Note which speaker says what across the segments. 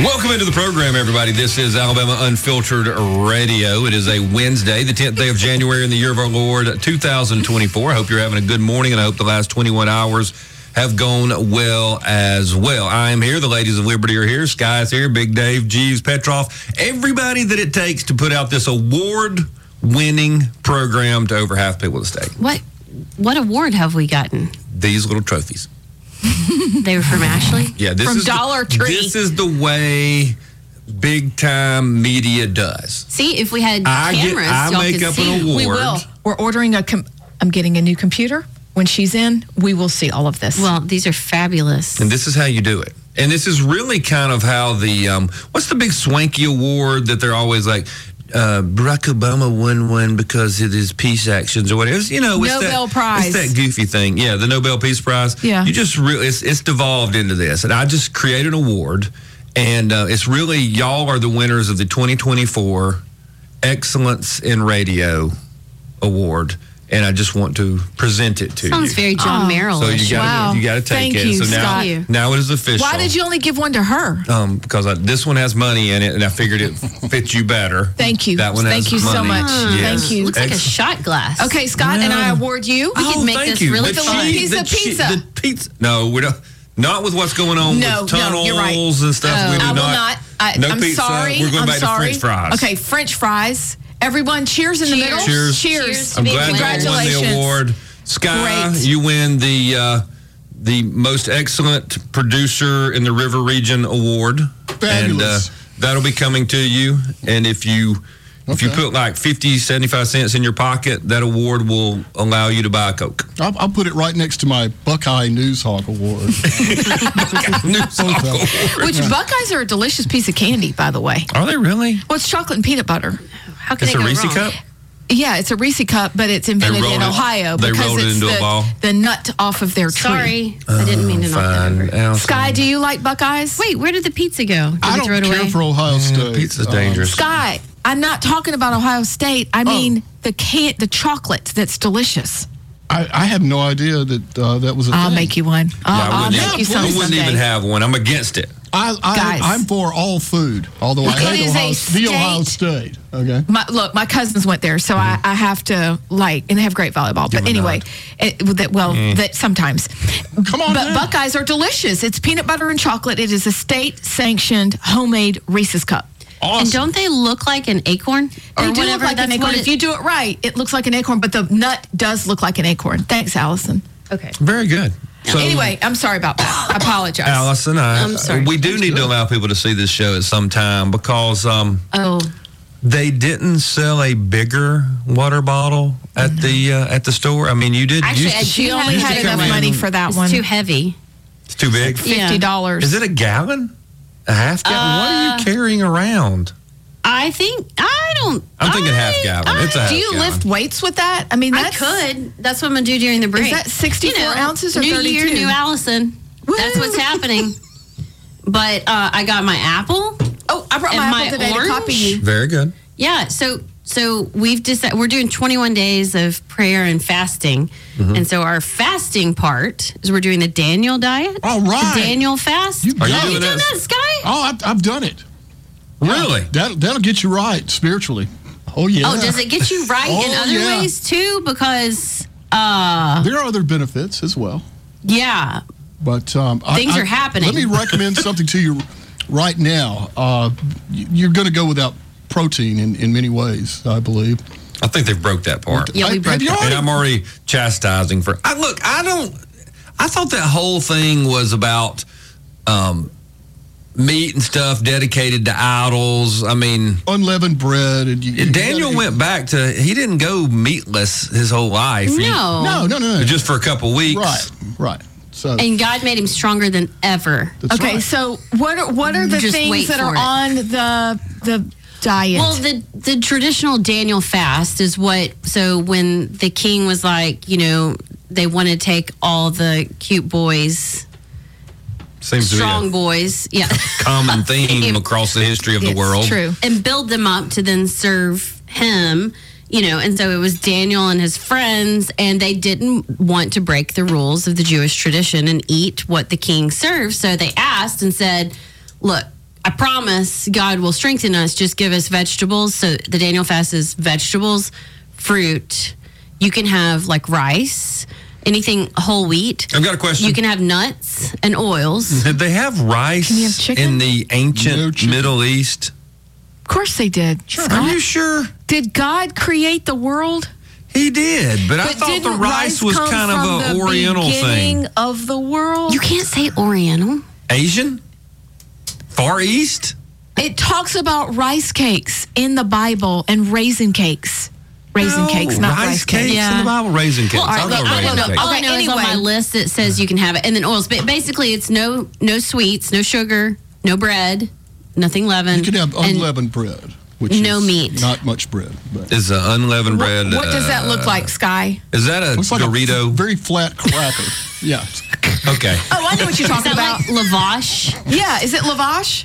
Speaker 1: Welcome into the program, everybody. This is Alabama Unfiltered Radio. It is a Wednesday, the 10th day of January in the year of our Lord 2024. I hope you're having a good morning, and I hope the last 21 hours have gone well as well. I am here. The ladies of Liberty are here. Sky's here. Big Dave, Jeeves, Petroff, everybody that it takes to put out this award winning program to over half people at stake.
Speaker 2: What what award have we gotten?
Speaker 1: These little trophies.
Speaker 2: They were from Ashley.
Speaker 1: Yeah, this
Speaker 3: From
Speaker 1: is the-
Speaker 3: Dollar Tree.
Speaker 1: This is the way big time media does.
Speaker 2: See, if we had
Speaker 1: I get-
Speaker 2: cameras,
Speaker 1: I
Speaker 2: y'all
Speaker 1: make
Speaker 2: could
Speaker 1: up an
Speaker 2: see.
Speaker 1: award.
Speaker 3: We will. Oh. We're ordering a. Com- I'm getting a new computer. When she's in, we will see all of this.
Speaker 2: Well, these are fabulous.
Speaker 1: And this is how you do it. And this is really kind of how the um, what's the big swanky award that they're always like. Uh, Barack Obama won one because of his peace actions or whatever. It's, you know, it's
Speaker 3: Nobel
Speaker 1: that,
Speaker 3: Prize.
Speaker 1: It's that goofy thing. Yeah, the Nobel Peace Prize.
Speaker 3: Yeah.
Speaker 1: You just really it's, it's devolved into this, and I just create an award, and uh, it's really y'all are the winners of the 2024 Excellence in Radio Award, and I just want to present it to
Speaker 2: Sounds
Speaker 1: you.
Speaker 2: very John Merrill.
Speaker 1: So you got
Speaker 3: Oh, Wow.
Speaker 1: to you got to take
Speaker 3: Thank
Speaker 1: it.
Speaker 3: you,
Speaker 1: so now
Speaker 2: Scott. You.
Speaker 1: now it is official.
Speaker 3: Why did you only give one to her?
Speaker 1: Um, because I, this one has money in it, and I figured it fits you better.
Speaker 3: Thank you.
Speaker 1: That one
Speaker 3: Thank
Speaker 1: has
Speaker 3: you so
Speaker 1: money.
Speaker 3: much.
Speaker 1: Yes.
Speaker 3: Thank you.
Speaker 2: Looks like a
Speaker 1: Ex-
Speaker 2: shot glass.
Speaker 3: Okay, Scott, and I award you.
Speaker 2: could
Speaker 1: oh,
Speaker 2: make
Speaker 1: thank
Speaker 2: this
Speaker 1: you.
Speaker 2: really
Speaker 1: the
Speaker 2: fun.
Speaker 1: cheese-
Speaker 3: Piece of
Speaker 1: the cheese-
Speaker 3: pizza.
Speaker 1: the pizza. No, we don't. Not with what's going on
Speaker 3: No,
Speaker 1: with
Speaker 3: no,
Speaker 1: tunnels
Speaker 3: you're right. Oh.
Speaker 1: and stuff. we do
Speaker 3: Uh, I will
Speaker 1: not.
Speaker 3: not. I,
Speaker 1: no
Speaker 3: I'm
Speaker 1: pizza.
Speaker 3: sorry.
Speaker 1: We're going
Speaker 3: I'm
Speaker 1: back
Speaker 3: sorry.
Speaker 1: to French fries.
Speaker 3: Okay, French fries. Everyone, cheers in the
Speaker 2: Cheers.
Speaker 3: middle.
Speaker 1: Cheers.
Speaker 3: Cheers.
Speaker 1: I'm
Speaker 2: Big
Speaker 1: glad you won
Speaker 3: Congratulations.
Speaker 1: the award. Sky,
Speaker 3: Great.
Speaker 1: you win the uh, the most excellent producer in the River Region award.
Speaker 4: Fabulous.
Speaker 1: And, uh, that'll be coming to you. And if you if you
Speaker 4: Okay.
Speaker 1: put like 50, 75 cents in your pocket, that award will allow you to buy a Coke.
Speaker 4: I'll, I'll put it right next to my Buckeye Newshawk Award.
Speaker 3: Which Buckeyes are a delicious piece of candy, by the way.
Speaker 1: Are they really?
Speaker 3: Well, it's chocolate and peanut butter.
Speaker 2: How could
Speaker 1: It's
Speaker 2: they
Speaker 1: a
Speaker 2: go
Speaker 1: Reese
Speaker 2: wrong?
Speaker 1: cup.
Speaker 3: Yeah, it's a Reese cup, but it's invented
Speaker 1: rolled
Speaker 3: in
Speaker 1: it-
Speaker 3: Ohio
Speaker 1: they
Speaker 3: because
Speaker 1: rolled it
Speaker 3: it's
Speaker 1: into a
Speaker 3: the,
Speaker 1: ball.
Speaker 3: the nut off of their tree.
Speaker 2: Sorry,
Speaker 1: Uh,
Speaker 2: I didn't mean to knock that
Speaker 1: Fine.
Speaker 2: over.
Speaker 1: Allison.
Speaker 3: Sky, do you like Buckeyes?
Speaker 2: Wait, where did the pizza go? Did
Speaker 4: I
Speaker 2: we
Speaker 4: don't
Speaker 2: throw it
Speaker 4: care
Speaker 2: away?
Speaker 4: for Ohio State.
Speaker 1: Pizza's
Speaker 4: Um,
Speaker 1: dangerous.
Speaker 3: Sky, I'm not talking about Ohio State.
Speaker 1: Oh.
Speaker 3: I mean the can the chocolate that's delicious.
Speaker 4: I, I have no idea that uh, that was a
Speaker 3: I'll
Speaker 4: thing.
Speaker 3: make you one.
Speaker 1: Yeah,
Speaker 3: I'll,
Speaker 1: I
Speaker 3: I'll
Speaker 1: wouldn't,
Speaker 3: make you
Speaker 1: even,
Speaker 3: some
Speaker 1: I wouldn't
Speaker 3: someday.
Speaker 1: even have one. I'm against it.
Speaker 4: I,
Speaker 3: Guys.
Speaker 4: I, am for all food, although I
Speaker 3: It
Speaker 4: hate
Speaker 3: is a
Speaker 4: Ohio, the Ohio State. Okay.
Speaker 3: my, look, my cousins went there, so
Speaker 1: Mm.
Speaker 3: I, I have to like, and they have great volleyball. But anyway, it, that well,
Speaker 1: Mm.
Speaker 3: that sometimes.
Speaker 4: Come on
Speaker 3: but
Speaker 4: down.
Speaker 3: Buckeyes are delicious. It's peanut butter and chocolate. It is a state-sanctioned homemade Reese's cup.
Speaker 2: And don't they look like an acorn or
Speaker 3: They do look
Speaker 2: whatever?
Speaker 3: like an
Speaker 2: That's
Speaker 3: acorn.
Speaker 2: what
Speaker 3: If you do it right, it looks like an acorn, but the nut does look like an acorn. Thanks, Allison.
Speaker 2: okay.
Speaker 1: Very good. So,
Speaker 3: anyway, I'm sorry about that. I apologize.
Speaker 1: Allison, I,
Speaker 2: I'm sorry.
Speaker 1: we do need to allow people to see this show at some time because um,
Speaker 2: Oh,
Speaker 1: they didn't sell a bigger water bottle at the uh, at the store. I mean, you did. you,
Speaker 2: Actually, I
Speaker 3: She
Speaker 2: You
Speaker 3: only
Speaker 2: have
Speaker 3: had
Speaker 2: to
Speaker 3: enough
Speaker 1: come in-
Speaker 3: money for that
Speaker 2: it's
Speaker 3: one.
Speaker 2: too heavy.
Speaker 1: it's too big.
Speaker 2: Yeah.
Speaker 3: Fifty dollars.
Speaker 1: Is it a gallon? A half gallon? what are
Speaker 2: Uh,
Speaker 1: you carrying around?
Speaker 2: I think I don't.
Speaker 1: I'm thinking half
Speaker 2: I-
Speaker 1: gallon.
Speaker 2: I-
Speaker 1: It's a-
Speaker 3: Do you
Speaker 1: gallon.
Speaker 3: lift weights with that? I mean,
Speaker 2: I
Speaker 3: that's
Speaker 2: could. That's what I'm gonna do during the break.
Speaker 3: that 64 ounces or
Speaker 2: new year,
Speaker 3: 32?
Speaker 2: new Allison. That's
Speaker 3: Woo!
Speaker 2: what's happening. But uh, I got my apple.
Speaker 3: Oh, I brought my,
Speaker 2: And my
Speaker 3: apple today to copy
Speaker 2: orange?
Speaker 3: you.
Speaker 1: Very good.
Speaker 2: Yeah. So so we've decided we're doing 21 days of prayer and fasting,
Speaker 4: Mm-hmm.
Speaker 2: and so our fasting part is we're doing the Daniel diet.
Speaker 4: All right.
Speaker 2: The Daniel fast.
Speaker 4: You
Speaker 1: Are you
Speaker 4: got
Speaker 1: doing
Speaker 4: it.
Speaker 2: done
Speaker 1: this?
Speaker 2: that, Sky?
Speaker 4: Oh, I've, I've done it.
Speaker 1: Really?
Speaker 4: That, that'll get you right spiritually. Oh, yeah.
Speaker 2: Oh, does it get you right in
Speaker 4: Oh,
Speaker 2: other
Speaker 4: yeah.
Speaker 2: ways too? Because
Speaker 4: There are other benefits as well.
Speaker 2: yeah,
Speaker 4: But um,
Speaker 2: Things are happening.
Speaker 4: Let me recommend something to you right now. Uh, y- you're going to go without protein in, in many ways, I believe.
Speaker 1: I think they've broke that part.
Speaker 3: Yeah, we
Speaker 4: I-
Speaker 3: broke
Speaker 4: have you
Speaker 3: that.
Speaker 1: and I'm
Speaker 4: already-
Speaker 1: already chastising for. I look, I don't. I thought that whole thing was about um, meat and stuff dedicated to idols. I mean,
Speaker 4: unleavened bread and you, you
Speaker 1: Daniel
Speaker 4: gotta-
Speaker 1: went back to he didn't go meatless his whole life. He-
Speaker 2: no.
Speaker 4: No, no, no, no.
Speaker 1: just for a couple weeks.
Speaker 4: right, right. So
Speaker 2: And God made him stronger than ever.
Speaker 4: that's
Speaker 3: okay,
Speaker 4: right.
Speaker 3: so what are what are the
Speaker 2: Just wait
Speaker 3: things that
Speaker 2: for
Speaker 3: are
Speaker 2: it.
Speaker 3: on the the diet?
Speaker 2: Well, the the traditional Daniel fast is what. So when the king was like, you know, they want to take all the cute boys,
Speaker 1: Seems
Speaker 2: strong
Speaker 1: to be
Speaker 2: boys, yeah,
Speaker 1: a common theme across the history of the
Speaker 3: It's
Speaker 1: world.
Speaker 3: true.
Speaker 2: and build them up to then serve him. You know, and so it was Daniel and his friends, and they didn't want to break the rules of the Jewish tradition and eat what the king served. So they asked and said, "Look, I promise God will strengthen us. Just give us vegetables. So the Daniel fast is vegetables, fruit. You can have like rice, anything whole wheat.
Speaker 1: I've got a question.
Speaker 2: You can have nuts and oils.
Speaker 1: Did they have rice
Speaker 3: you have chicken?
Speaker 1: in the
Speaker 4: No
Speaker 1: ancient
Speaker 4: chicken.
Speaker 1: Middle East?
Speaker 3: Of course they did.
Speaker 1: Are
Speaker 3: Scott,
Speaker 1: you sure?
Speaker 3: did God create the world?
Speaker 1: He did, but, I thought the
Speaker 3: didn't
Speaker 1: rice was
Speaker 3: come
Speaker 1: kind
Speaker 3: from
Speaker 1: of an
Speaker 3: the
Speaker 1: Oriental thing.
Speaker 3: beginning Of the world,
Speaker 2: You can't say Oriental.
Speaker 1: Asian? Far East?
Speaker 3: it talks about rice cakes in the Bible and raisin cakes. Raisin
Speaker 1: No,
Speaker 3: cakes, not rice, cakes.
Speaker 1: cakes in
Speaker 2: Yeah.
Speaker 1: the Bible. Raisin cakes.
Speaker 2: Well,
Speaker 1: I love
Speaker 2: I don't
Speaker 1: raisin
Speaker 2: know.
Speaker 1: cakes.
Speaker 2: All I
Speaker 3: Okay,
Speaker 2: know is on my
Speaker 3: anyway.
Speaker 2: list that says you can have it, and then oils. But basically, it's no no sweets, no sugar, no bread, nothing leavened.
Speaker 4: You could have
Speaker 2: and-
Speaker 4: unleavened bread, which
Speaker 2: No
Speaker 4: is
Speaker 2: meat.
Speaker 4: not much bread. But
Speaker 1: Is uh, unleavened bread?
Speaker 3: What, what does that
Speaker 1: uh,
Speaker 3: look like, Sky?
Speaker 1: Is that a
Speaker 4: it's like a
Speaker 1: Dorito?
Speaker 4: very flat cracker. yeah,
Speaker 1: okay.
Speaker 3: Oh, I know what
Speaker 2: Is
Speaker 3: you're talking
Speaker 2: that
Speaker 3: about.
Speaker 2: like lavash?
Speaker 3: yeah, is it lavash?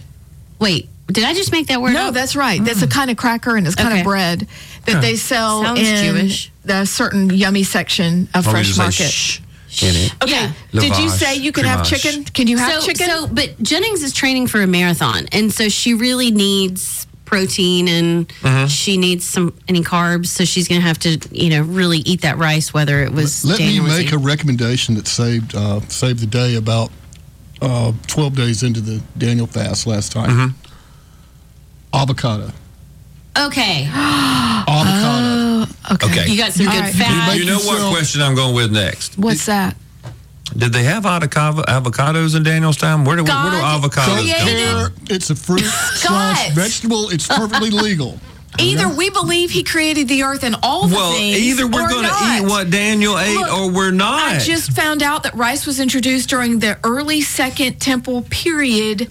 Speaker 2: Wait, did I just make that word
Speaker 3: No,
Speaker 2: up?
Speaker 3: that's right. That's
Speaker 1: Mm.
Speaker 3: a kind of cracker and it's kind
Speaker 2: Okay.
Speaker 3: of bread that they sell
Speaker 2: Sounds
Speaker 3: in
Speaker 2: Jewish.
Speaker 3: the certain yummy section of
Speaker 1: Why don't we just
Speaker 3: Fresh
Speaker 1: say
Speaker 3: Market.
Speaker 1: shh in it?
Speaker 3: Okay.
Speaker 2: Yeah.
Speaker 3: Did you
Speaker 1: Lavash,
Speaker 3: say you could have
Speaker 1: cremash.
Speaker 3: chicken? Can you have
Speaker 2: so,
Speaker 3: chicken?
Speaker 2: So, but Jennings is training for a marathon, and so she really needs protein and
Speaker 4: Mm-hmm.
Speaker 2: she needs some any carbs. So she's going to have to, you know, really eat that rice, whether it was.
Speaker 4: let me
Speaker 2: Daniel was
Speaker 4: make a
Speaker 2: eating.
Speaker 4: recommendation that saved uh, saved the day about uh, twelve days into the Daniel fast last time.
Speaker 1: Mm-hmm.
Speaker 4: Avocado,
Speaker 2: Okay,
Speaker 4: avocado.
Speaker 2: Oh.
Speaker 1: Okay.
Speaker 2: you got some
Speaker 3: All
Speaker 2: good
Speaker 3: right.
Speaker 2: fat.
Speaker 1: You know what
Speaker 4: yourself-
Speaker 1: question I'm going with next?
Speaker 3: What's that?
Speaker 1: Did they have avocado, avocados in Daniel's time? Where do, where do
Speaker 3: God
Speaker 1: avocados
Speaker 3: created-
Speaker 1: come
Speaker 4: There,
Speaker 1: from?
Speaker 4: it's a fruit slash vegetable. It's perfectly legal.
Speaker 3: Either we believe he created the earth and all the
Speaker 1: Well,
Speaker 3: things.
Speaker 1: either we're
Speaker 3: or
Speaker 1: going to
Speaker 3: not.
Speaker 1: eat what Daniel ate
Speaker 3: Look,
Speaker 1: or we're not.
Speaker 3: I just found out that rice was introduced during the early Second Temple period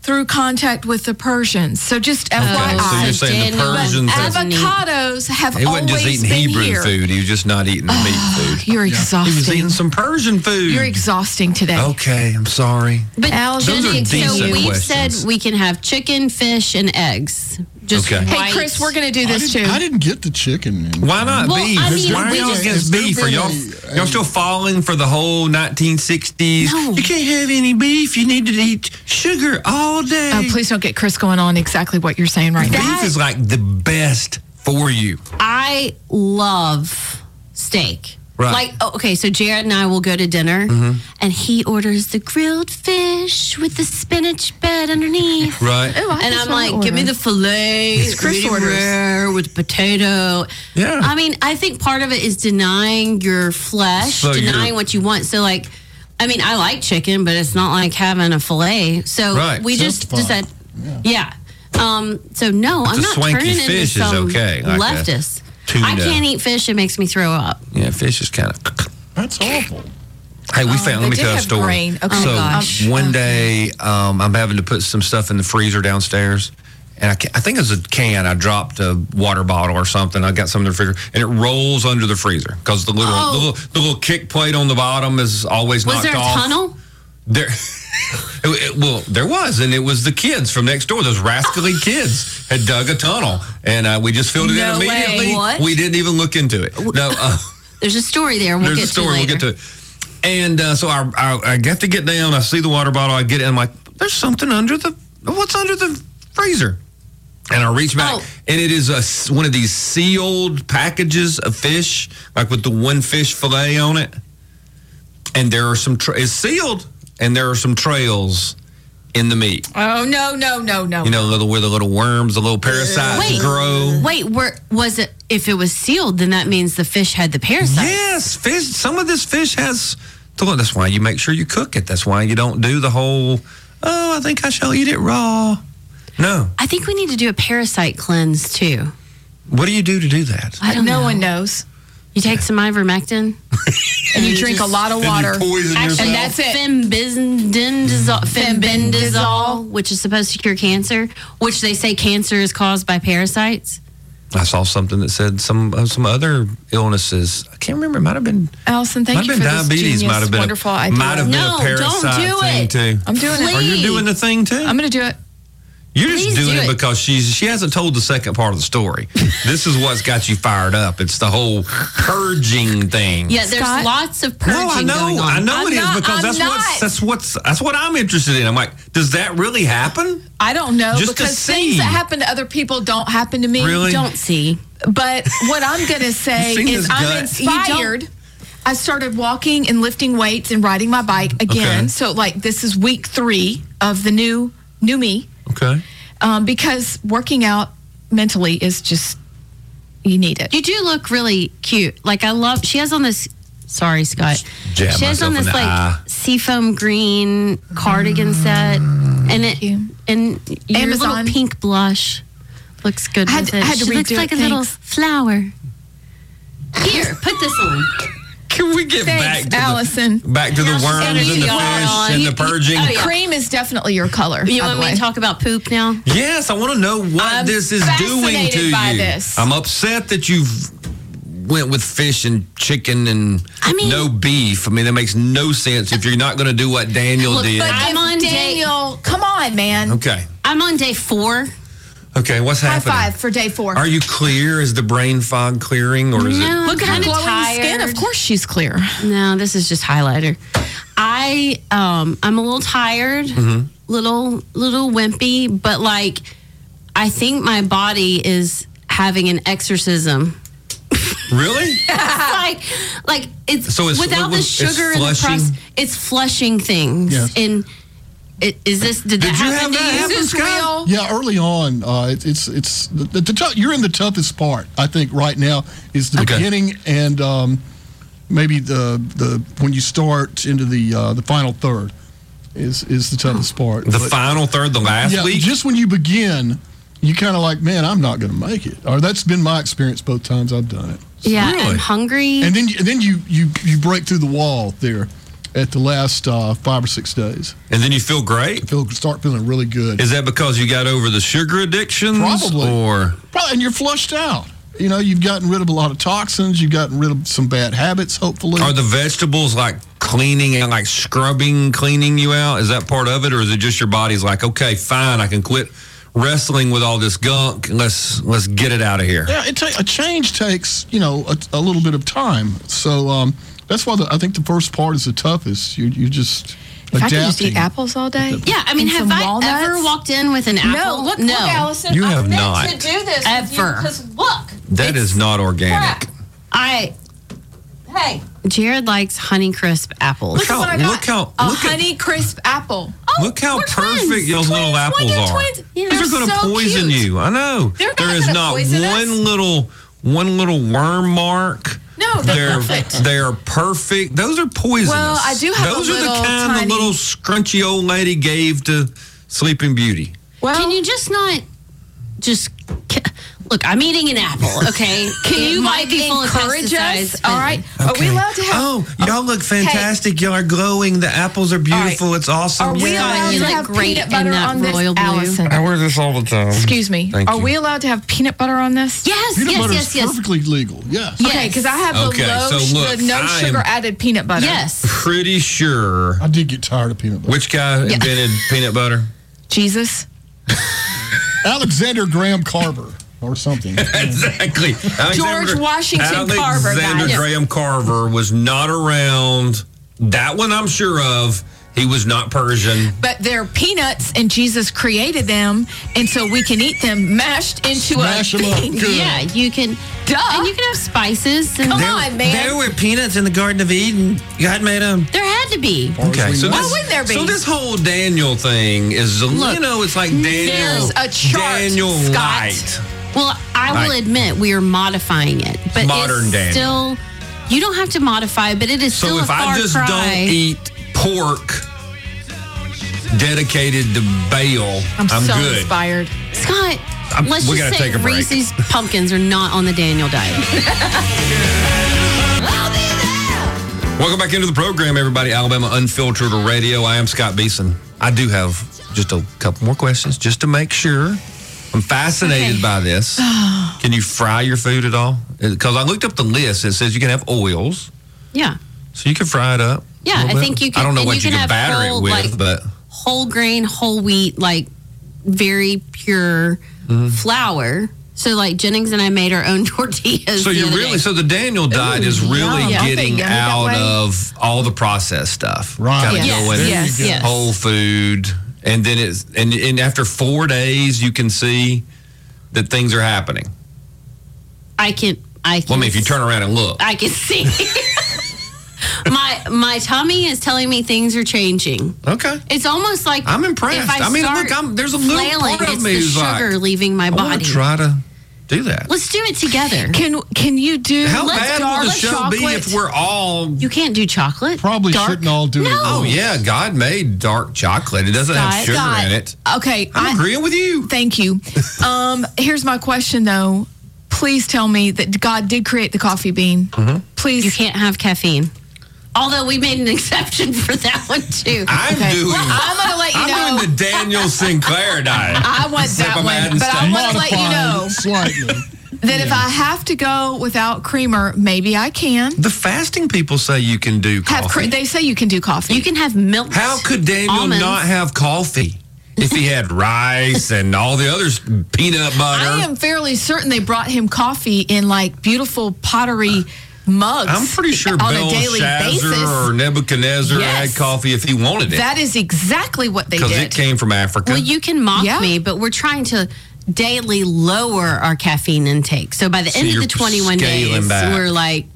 Speaker 3: through contact with the Persians. So just
Speaker 1: Uh-huh. okay,
Speaker 3: FYI.
Speaker 1: Uh, so you're saying the
Speaker 2: Daniel was
Speaker 1: Persians.
Speaker 2: av-
Speaker 1: Have,
Speaker 3: Avocados have
Speaker 1: he
Speaker 3: always
Speaker 1: wasn't just eating
Speaker 3: been
Speaker 1: Hebrew
Speaker 3: here.
Speaker 1: food. He was just not eating meat food.
Speaker 3: You're exhausting.
Speaker 1: He was eating some Persian food.
Speaker 3: You're exhausting today.
Speaker 1: okay, I'm sorry.
Speaker 2: But
Speaker 3: Al,
Speaker 1: Those are
Speaker 2: Jennings, so
Speaker 1: decent
Speaker 2: we've
Speaker 1: questions.
Speaker 2: said we can have chicken, fish, and eggs. Just
Speaker 1: Okay.
Speaker 3: Hey,
Speaker 2: white-
Speaker 3: Chris, we're going to do
Speaker 4: I
Speaker 3: this
Speaker 4: didn't, I
Speaker 3: too.
Speaker 4: didn't get the chicken. and-
Speaker 1: Why not
Speaker 2: Well,
Speaker 1: beef?
Speaker 2: I mean,
Speaker 1: Why are
Speaker 2: we
Speaker 1: y'all
Speaker 2: just-
Speaker 1: against
Speaker 4: Has there
Speaker 1: beef? Are
Speaker 4: been
Speaker 1: y'all,
Speaker 4: a-
Speaker 1: y'all still falling for the whole 1960s?
Speaker 2: No.
Speaker 1: You can't have any beef. You need to eat sugar all day.
Speaker 3: Oh, please don't get Chris going on exactly what you're saying right now.
Speaker 1: beef is like the best for you.
Speaker 2: I love steak.
Speaker 1: Right. Mm-hmm.
Speaker 2: Like, oh, okay, so Jared and I will go to dinner, and he orders the grilled fish with the spinach bed underneath.
Speaker 1: Right.
Speaker 3: Oh, I
Speaker 2: And
Speaker 3: just
Speaker 2: I'm
Speaker 3: wanna
Speaker 2: like, give me
Speaker 3: order.
Speaker 2: the fillet, it's
Speaker 3: Chris orders.
Speaker 2: rare with potato.
Speaker 1: Yeah.
Speaker 2: I mean, I think part of it is denying your flesh,
Speaker 1: So you're-
Speaker 2: denying what you want. So, like, I mean, I like chicken, but it's not like having a fillet. So
Speaker 1: Right.
Speaker 2: we just
Speaker 4: Simplified.
Speaker 2: decided, yeah. Um, so no, I'm
Speaker 1: a
Speaker 2: not
Speaker 1: swanky
Speaker 2: turning into
Speaker 1: fish is
Speaker 2: some
Speaker 1: okay, like a
Speaker 2: leftist.
Speaker 1: tuna.
Speaker 2: I can't eat fish; it makes me throw up.
Speaker 1: Yeah, fish is kind of.
Speaker 4: That's awful.
Speaker 1: Hey, we found. Let
Speaker 3: Oh, they
Speaker 1: me
Speaker 3: did
Speaker 1: tell you a
Speaker 3: have
Speaker 1: story.
Speaker 3: grain. Okay,
Speaker 1: so
Speaker 3: gosh.
Speaker 1: one day, um, I'm having to put some stuff in the freezer downstairs, and I, ca- I think it was a can. I dropped a water bottle or something. I got some in the freezer, and it rolls under the freezer because the little,
Speaker 2: Oh.
Speaker 1: the little the little kick plate on the bottom is always
Speaker 2: Was
Speaker 1: knocked
Speaker 2: there a
Speaker 1: off.
Speaker 2: tunnel?
Speaker 1: There. it- it- well, there was, and it was the kids from next door. Those rascally kids had dug a tunnel, and uh, we just filled it
Speaker 3: No
Speaker 1: in
Speaker 3: way.
Speaker 1: immediately.
Speaker 2: What?
Speaker 1: We didn't even look into it. No. Uh,
Speaker 2: There's a story there. We'll
Speaker 1: there's
Speaker 2: get
Speaker 1: a story.
Speaker 2: To
Speaker 1: We'll
Speaker 2: later.
Speaker 1: get to it. And uh, so I, I, I get to get down. I see the water bottle. I get it. And I'm like, there's something under the. What's under the freezer? And I reach back,
Speaker 2: Oh.
Speaker 1: and it is a s one of these sealed packages of fish, like with the one fish fillet on it. And there are some. Tra- it's sealed, and there are some trails in the meat.
Speaker 3: Oh, no, no, no, no.
Speaker 1: You know, little where the little worms, the little parasites
Speaker 2: Wait.
Speaker 1: grow.
Speaker 2: Wait, were, was it? If it was sealed, then that means the fish had the parasite.
Speaker 1: Yes, fish. Some of this fish has. That's why you make sure you cook it. That's why you don't do the whole. Oh, I think I shall eat it raw. No.
Speaker 2: I think we need to do a parasite cleanse too.
Speaker 1: What do you do to do that?
Speaker 2: I don't
Speaker 3: no
Speaker 2: know.
Speaker 3: one knows.
Speaker 2: You take some ivermectin
Speaker 3: And you drink a lot of water.
Speaker 4: Poison
Speaker 3: And
Speaker 4: yourself.
Speaker 3: that's it.
Speaker 2: Fembindazole,
Speaker 3: Fembendazole.
Speaker 2: fembendazole, which is supposed to cure cancer, which they say cancer is caused by parasites.
Speaker 1: I saw something that said some uh, some other illnesses. I can't remember. It might have been.
Speaker 3: Allison, thank
Speaker 1: might
Speaker 3: you
Speaker 1: have
Speaker 3: for
Speaker 1: been
Speaker 3: this
Speaker 1: diabetes.
Speaker 3: genius,
Speaker 1: might have been.
Speaker 3: wonderful
Speaker 1: a,
Speaker 3: idea.
Speaker 1: Might have been
Speaker 2: No,
Speaker 1: a
Speaker 2: don't
Speaker 1: parasite
Speaker 2: do
Speaker 1: thing
Speaker 2: it.
Speaker 1: too.
Speaker 3: I'm doing
Speaker 1: Are
Speaker 3: it.
Speaker 1: you doing the thing too?
Speaker 3: I'm going to do
Speaker 1: I'm,
Speaker 3: it.
Speaker 1: going
Speaker 3: I'm going to do it.
Speaker 1: You're just
Speaker 2: Please
Speaker 1: doing
Speaker 2: do
Speaker 1: it,
Speaker 2: it.
Speaker 1: because she's she hasn't told the second part of the story. this is what's got you fired up. It's the whole purging thing.
Speaker 2: Yeah, there's
Speaker 3: Scott?
Speaker 2: lots of purging
Speaker 1: No, I
Speaker 2: going
Speaker 1: know,
Speaker 2: on.
Speaker 1: I know
Speaker 3: I'm
Speaker 1: it is
Speaker 3: not-
Speaker 1: because
Speaker 3: I'm
Speaker 1: that's what's
Speaker 3: not.
Speaker 1: that's what's that's what I'm interested in. I'm like, does that really happen?
Speaker 3: I don't know
Speaker 1: Just to
Speaker 3: because
Speaker 1: see.
Speaker 3: things that happen to other people don't happen to me.
Speaker 1: Really?
Speaker 2: Don't see.
Speaker 3: But what I'm going to say
Speaker 1: You've seen
Speaker 3: is
Speaker 1: this
Speaker 3: I'm
Speaker 1: gut.
Speaker 3: inspired. I started walking and lifting weights and riding my bike again.
Speaker 1: Okay.
Speaker 3: So like this is week 3 of the new new me
Speaker 1: Okay.
Speaker 3: um, because working out mentally is just you need it.
Speaker 2: You do look really cute. Like I love. She has on this. Sorry, Scott.
Speaker 1: Jab
Speaker 2: she has
Speaker 1: myself
Speaker 2: on
Speaker 1: in
Speaker 2: this
Speaker 1: the
Speaker 2: like
Speaker 1: eye. Mm.
Speaker 2: seafoam green cardigan set, and it
Speaker 3: you.
Speaker 2: and your
Speaker 3: Amazon.
Speaker 2: little pink blush looks good
Speaker 3: I had
Speaker 2: with
Speaker 3: to-
Speaker 2: it.
Speaker 3: I had
Speaker 2: she
Speaker 3: to
Speaker 2: looks
Speaker 3: redo
Speaker 2: like
Speaker 3: it,
Speaker 2: a little
Speaker 3: thanks.
Speaker 2: flower. Here, put this on.
Speaker 1: Can we get
Speaker 3: Thanks,
Speaker 1: back to
Speaker 3: Allison.
Speaker 1: the back to the
Speaker 2: Now she's
Speaker 1: worms
Speaker 2: gonna
Speaker 1: and the
Speaker 2: be
Speaker 1: fish
Speaker 2: on.
Speaker 1: and the purging?
Speaker 2: Oh, yeah.
Speaker 3: Cream is definitely your color.
Speaker 2: You
Speaker 3: by
Speaker 2: want
Speaker 3: the
Speaker 2: me
Speaker 3: way.
Speaker 2: to talk about poop now?
Speaker 1: Yes, I want to know what
Speaker 3: I'm
Speaker 1: this is doing to
Speaker 3: fascinated by
Speaker 1: you.
Speaker 3: this.
Speaker 1: I'm upset that you've went with fish and chicken and
Speaker 2: I mean-
Speaker 1: no beef. I mean, that makes no sense if you're not going to do what Daniel
Speaker 2: Look,
Speaker 1: did.
Speaker 2: but-
Speaker 3: But
Speaker 2: I'm
Speaker 3: if
Speaker 2: on day-
Speaker 3: Daniel, come on, man.
Speaker 1: okay.
Speaker 2: I'm on day four.
Speaker 1: Okay, what's
Speaker 3: High
Speaker 1: happening?
Speaker 3: five for day four.
Speaker 1: Are you clear? Is the brain fog clearing or is
Speaker 2: No,
Speaker 1: it?
Speaker 2: Oh, I'm kind of
Speaker 3: glowing
Speaker 2: tired.
Speaker 3: skin? Of course, she's clear.
Speaker 2: No, this is just highlighter. I um I'm a little tired,
Speaker 1: Mm-hmm.
Speaker 2: little little wimpy, but like I think my body is having an exorcism.
Speaker 1: Really?
Speaker 2: It's like like it's
Speaker 1: So it's-
Speaker 2: without
Speaker 1: what was-
Speaker 2: the sugar
Speaker 1: it's
Speaker 2: and the process,
Speaker 1: flushing?
Speaker 2: it's flushing things.
Speaker 4: Yes.
Speaker 2: And i- is this did, that
Speaker 1: Did you
Speaker 2: happen
Speaker 1: have
Speaker 2: to
Speaker 1: that
Speaker 2: you?
Speaker 1: happen,
Speaker 3: This is
Speaker 1: Scott?
Speaker 3: real.
Speaker 4: Yeah, early on, uh, it, it's it's the, the, tou- you're in the toughest part. I think right now is the
Speaker 1: Okay.
Speaker 4: beginning and um, maybe the the when you start into the uh, the final third is is the toughest part.
Speaker 1: The
Speaker 4: But-
Speaker 1: final third, the last
Speaker 4: yeah,
Speaker 1: week?
Speaker 4: just when you begin, you kind of like, man, I'm not going to make it. Or that's been my experience both times I've done it.
Speaker 2: Yeah,
Speaker 1: Really?
Speaker 2: I'm hungry.
Speaker 4: And then you- and then you you you break through the wall there at the last uh, five or six days.
Speaker 1: and then you feel great?
Speaker 4: Feel start feeling really good.
Speaker 1: Is that because you got over the sugar addictions?
Speaker 4: Probably.
Speaker 1: Or
Speaker 4: Probably, and you're flushed out. You know, you've gotten rid of a lot of toxins. You've gotten rid of some bad habits, hopefully.
Speaker 1: are the vegetables like cleaning and like scrubbing, cleaning you out? Is that part of it? Or is it just your body's like, okay, fine, I can quit wrestling with all this gunk. Let's let's get it out of here.
Speaker 4: yeah, it ta- a change takes you know a, a little bit of time. So um, that's why the, I think the first part is the toughest. You you just
Speaker 3: If I
Speaker 4: adapting.
Speaker 3: could just eat apples all day.
Speaker 2: yeah, I mean,
Speaker 3: and
Speaker 2: have
Speaker 3: some
Speaker 2: I
Speaker 3: walnuts?
Speaker 2: ever walked in with an apple?
Speaker 3: No, look, look, Allison.
Speaker 1: You
Speaker 3: I
Speaker 1: have
Speaker 3: meant
Speaker 1: not.
Speaker 3: to do this
Speaker 2: Ever.
Speaker 3: because look,
Speaker 1: That is not organic.
Speaker 2: I
Speaker 3: hey,
Speaker 2: Jared likes Honeycrisp apples.
Speaker 1: Look
Speaker 3: look,
Speaker 1: how-
Speaker 3: what I got.
Speaker 1: look how-
Speaker 3: a
Speaker 1: look at-
Speaker 3: honey crisp apple.
Speaker 1: Look how
Speaker 2: we're
Speaker 1: perfect
Speaker 2: twins.
Speaker 1: those little
Speaker 3: Oh,
Speaker 1: apples
Speaker 3: Twins, look at
Speaker 1: are.
Speaker 3: twins.
Speaker 2: Yeah.
Speaker 1: These are
Speaker 3: They're
Speaker 1: going to
Speaker 3: so
Speaker 1: poison
Speaker 3: cute.
Speaker 1: you. I know.
Speaker 3: They're not
Speaker 1: There is
Speaker 3: gonna
Speaker 1: not
Speaker 3: poison us.
Speaker 1: one little one little worm mark.
Speaker 3: No, they're perfect.
Speaker 1: They are perfect. Those are poisonous.
Speaker 3: Well, I do have a
Speaker 1: Those are the
Speaker 3: little
Speaker 1: kind
Speaker 3: tiny-
Speaker 1: the little scrunchy old lady gave to Sleeping Beauty.
Speaker 3: Well,
Speaker 2: Can you just not just ca- look? I'm eating an apple. Okay,
Speaker 3: can you like encourage us? All right, are we allowed to have?
Speaker 1: Oh, y'all look fantastic. Y'all are glowing. The apples are beautiful. It's awesome.
Speaker 3: Are we
Speaker 1: Yeah.
Speaker 3: allowed
Speaker 2: You
Speaker 3: to
Speaker 2: look
Speaker 3: have
Speaker 2: great
Speaker 3: peanut
Speaker 2: in
Speaker 3: butter
Speaker 2: that
Speaker 3: on this,
Speaker 2: royal blue.
Speaker 3: Allison?
Speaker 1: I wear this all the time.
Speaker 3: Excuse me.
Speaker 1: Thank
Speaker 3: are
Speaker 1: you.
Speaker 3: we allowed to have peanut butter on this?
Speaker 2: Yes,
Speaker 4: Peanut butter
Speaker 2: yes, yes,
Speaker 4: is
Speaker 2: yes,
Speaker 4: perfectly legal. Yes.
Speaker 2: Yeah.
Speaker 3: Okay, because I have
Speaker 1: Okay,
Speaker 3: the low,
Speaker 1: so
Speaker 3: sh-
Speaker 1: look,
Speaker 3: the no
Speaker 1: I am-
Speaker 3: sugar added peanut butter.
Speaker 2: yes.
Speaker 1: Pretty sure.
Speaker 4: I did get tired of peanut butter.
Speaker 1: Which guy invented peanut butter?
Speaker 3: Jesus.
Speaker 4: Alexander Graham Carver or something.
Speaker 1: Exactly. Alexander-
Speaker 3: Washington
Speaker 1: Alexander
Speaker 3: Carver, guys.
Speaker 1: Alexander Graham Carver was not around. That one I'm sure of. He was not Persian.
Speaker 3: But they're peanuts, and Jesus created them, and so we can eat them mashed into
Speaker 4: Smash
Speaker 3: a
Speaker 4: 'em up.
Speaker 3: thing.
Speaker 4: Good.
Speaker 2: Yeah, you can.
Speaker 3: Duh.
Speaker 2: And you can have spices. And
Speaker 3: Come
Speaker 2: there,
Speaker 3: on. man.
Speaker 1: There were peanuts in the Garden of Eden. God made them.
Speaker 2: there had to be.
Speaker 1: Okay, so
Speaker 3: Why
Speaker 1: this,
Speaker 3: Oh, wouldn't there be?
Speaker 1: So this whole Daniel thing is, a- you know, it's like Daniel.
Speaker 3: there's a chart,
Speaker 1: Daniel
Speaker 3: Scott.
Speaker 1: Light.
Speaker 2: Well, I will
Speaker 1: Right.
Speaker 2: admit we are modifying it, but
Speaker 1: Modern
Speaker 2: it's
Speaker 1: Daniel.
Speaker 2: still. You don't have to modify, but it is
Speaker 1: So
Speaker 2: still a
Speaker 1: if
Speaker 2: far
Speaker 1: I just
Speaker 2: cry.
Speaker 1: don't eat pork dedicated to Baal,
Speaker 3: I'm,
Speaker 1: I'm,
Speaker 3: so
Speaker 1: good.
Speaker 3: inspired.
Speaker 2: Scott,
Speaker 1: I'm-
Speaker 2: let's
Speaker 1: we
Speaker 2: just
Speaker 1: gotta
Speaker 2: say
Speaker 1: take a break.
Speaker 2: Reese's pumpkins are not on the Daniel diet.
Speaker 1: Welcome back into the program, everybody. Alabama Unfiltered Radio. I am Scott Beeson. I do have just a couple more questions just to make sure. I'm fascinated by this. Can you fry your food at all? Because I looked up the list. It says you can have oils,
Speaker 2: yeah.
Speaker 1: so you can fry it up. a
Speaker 2: Yeah,
Speaker 1: little
Speaker 2: I
Speaker 1: bit.
Speaker 2: think you
Speaker 1: I
Speaker 2: can-
Speaker 1: don't know
Speaker 2: and
Speaker 1: what you
Speaker 2: you can
Speaker 1: can,
Speaker 2: have
Speaker 1: batter
Speaker 2: whole,
Speaker 1: it with,
Speaker 2: like-
Speaker 1: but
Speaker 2: Whole grain, whole wheat, like very pure
Speaker 1: Mm-hmm.
Speaker 2: flour. So like Jennings and I made our own tortillas.
Speaker 1: So
Speaker 2: the
Speaker 1: you
Speaker 2: other
Speaker 1: really
Speaker 2: day.
Speaker 1: so the Daniel diet is really
Speaker 3: yum. Yeah, I think
Speaker 1: getting
Speaker 3: yummy that
Speaker 1: out
Speaker 3: way.
Speaker 1: of all the processed stuff.
Speaker 4: Right.
Speaker 1: Kind of
Speaker 2: Yes,
Speaker 1: going
Speaker 2: yes, yes.
Speaker 1: whole food, and then it's and and after four days you can see that things are happening.
Speaker 2: I can I can
Speaker 1: Well, I mean, if you turn around and look,
Speaker 2: I can see. my my tummy is telling me things are changing.
Speaker 1: okay.
Speaker 2: It's almost like
Speaker 1: I'm impressed.
Speaker 2: If I,
Speaker 1: I mean,
Speaker 2: start
Speaker 1: look, I'm- there's a little
Speaker 2: flailing,
Speaker 1: part of
Speaker 2: it's
Speaker 1: me
Speaker 2: the
Speaker 1: who's like,
Speaker 2: sugar leaving my
Speaker 1: I want
Speaker 2: body.
Speaker 1: to try to do that.
Speaker 2: Let's do it together.
Speaker 3: Can can you do?
Speaker 1: How
Speaker 2: let's
Speaker 1: bad
Speaker 2: dark
Speaker 1: will the show be if
Speaker 2: chocolate.
Speaker 1: we're all?
Speaker 2: You can't do chocolate.
Speaker 4: Probably
Speaker 2: Dark.
Speaker 4: shouldn't all do it.
Speaker 2: No.
Speaker 1: Oh yeah, God made dark chocolate. It doesn't have
Speaker 2: Scott,
Speaker 1: sugar
Speaker 2: Scott,
Speaker 1: in it.
Speaker 3: Okay,
Speaker 1: I'm
Speaker 3: I,
Speaker 1: agreeing with you.
Speaker 3: thank you. Um, here's my question though. Please tell me that God did create the coffee bean.
Speaker 1: Mm-hmm.
Speaker 3: Please.
Speaker 2: You can't have caffeine. Although we made an exception for that one too.
Speaker 1: I'm doing.
Speaker 3: I'm gonna let you know.
Speaker 1: I'm doing the Daniel Sinclair diet.
Speaker 3: I want that
Speaker 1: I'm adding
Speaker 3: one, but I
Speaker 1: stuff.
Speaker 3: want to let you know
Speaker 4: Modified slightly.
Speaker 3: that if I have to go without creamer, maybe I can.
Speaker 1: The fasting people say you can do coffee.
Speaker 3: Have cre- they say you can do coffee?
Speaker 2: you can have milk.
Speaker 1: How could Daniel
Speaker 2: almonds.
Speaker 1: not have coffee if he had rice and all the other s- peanut
Speaker 3: I
Speaker 1: butter?
Speaker 3: am fairly certain they brought him coffee in like beautiful pottery mugs.
Speaker 1: I'm pretty sure
Speaker 3: on a daily basis.
Speaker 1: Belshazzar or Nebuchadnezzar
Speaker 3: Yes.
Speaker 1: had coffee if he wanted it
Speaker 3: That is exactly what they
Speaker 1: because it
Speaker 3: did.
Speaker 1: came from Africa.
Speaker 2: Well, you can mock
Speaker 3: Yeah.
Speaker 2: me, but we're trying to daily lower our caffeine intake. So by the end of
Speaker 1: you're
Speaker 2: the 21
Speaker 1: scaling
Speaker 2: days,
Speaker 1: back.
Speaker 2: we're like,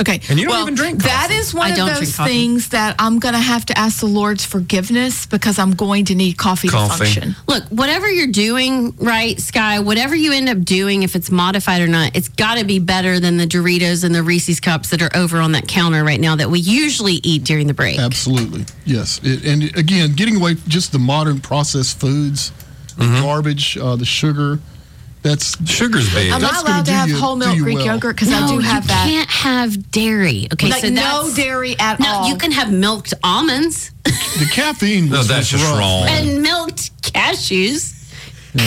Speaker 3: okay,
Speaker 1: And you don't
Speaker 3: well,
Speaker 1: even drink
Speaker 3: That
Speaker 1: coffee.
Speaker 3: is one
Speaker 2: I
Speaker 3: of
Speaker 2: don't drink
Speaker 3: those
Speaker 2: coffee.
Speaker 3: things that I'm going to have to ask the Lord's forgiveness because I'm going to need coffee,
Speaker 1: Coffee.
Speaker 3: to function.
Speaker 2: look, whatever you're doing, right, Sky, whatever you end up doing, if it's modified or not, it's got to be better than the Doritos and the Reese's cups that are over on that counter right now that we usually eat during the break.
Speaker 4: Absolutely, yes. It, and again, getting away from just the modern processed foods, the garbage, uh, the sugar. That's
Speaker 1: Mm-hmm. Sugar's big.
Speaker 3: Am
Speaker 4: That's
Speaker 3: I
Speaker 4: gonna
Speaker 3: allowed to
Speaker 4: do
Speaker 3: have
Speaker 4: you-
Speaker 3: whole
Speaker 4: do
Speaker 3: milk
Speaker 4: you
Speaker 3: Greek
Speaker 4: well.
Speaker 3: yogurt? Because I
Speaker 2: No,
Speaker 3: do have
Speaker 2: Oh, you
Speaker 3: that.
Speaker 2: can't have dairy. Okay,
Speaker 3: like
Speaker 2: so that's,
Speaker 3: no dairy at
Speaker 2: No,
Speaker 3: all.
Speaker 2: you can have milked almonds
Speaker 4: the caffeine.
Speaker 1: no,
Speaker 4: was-
Speaker 1: that's
Speaker 4: was
Speaker 1: just
Speaker 4: rough.
Speaker 1: wrong.
Speaker 2: and milked cashews.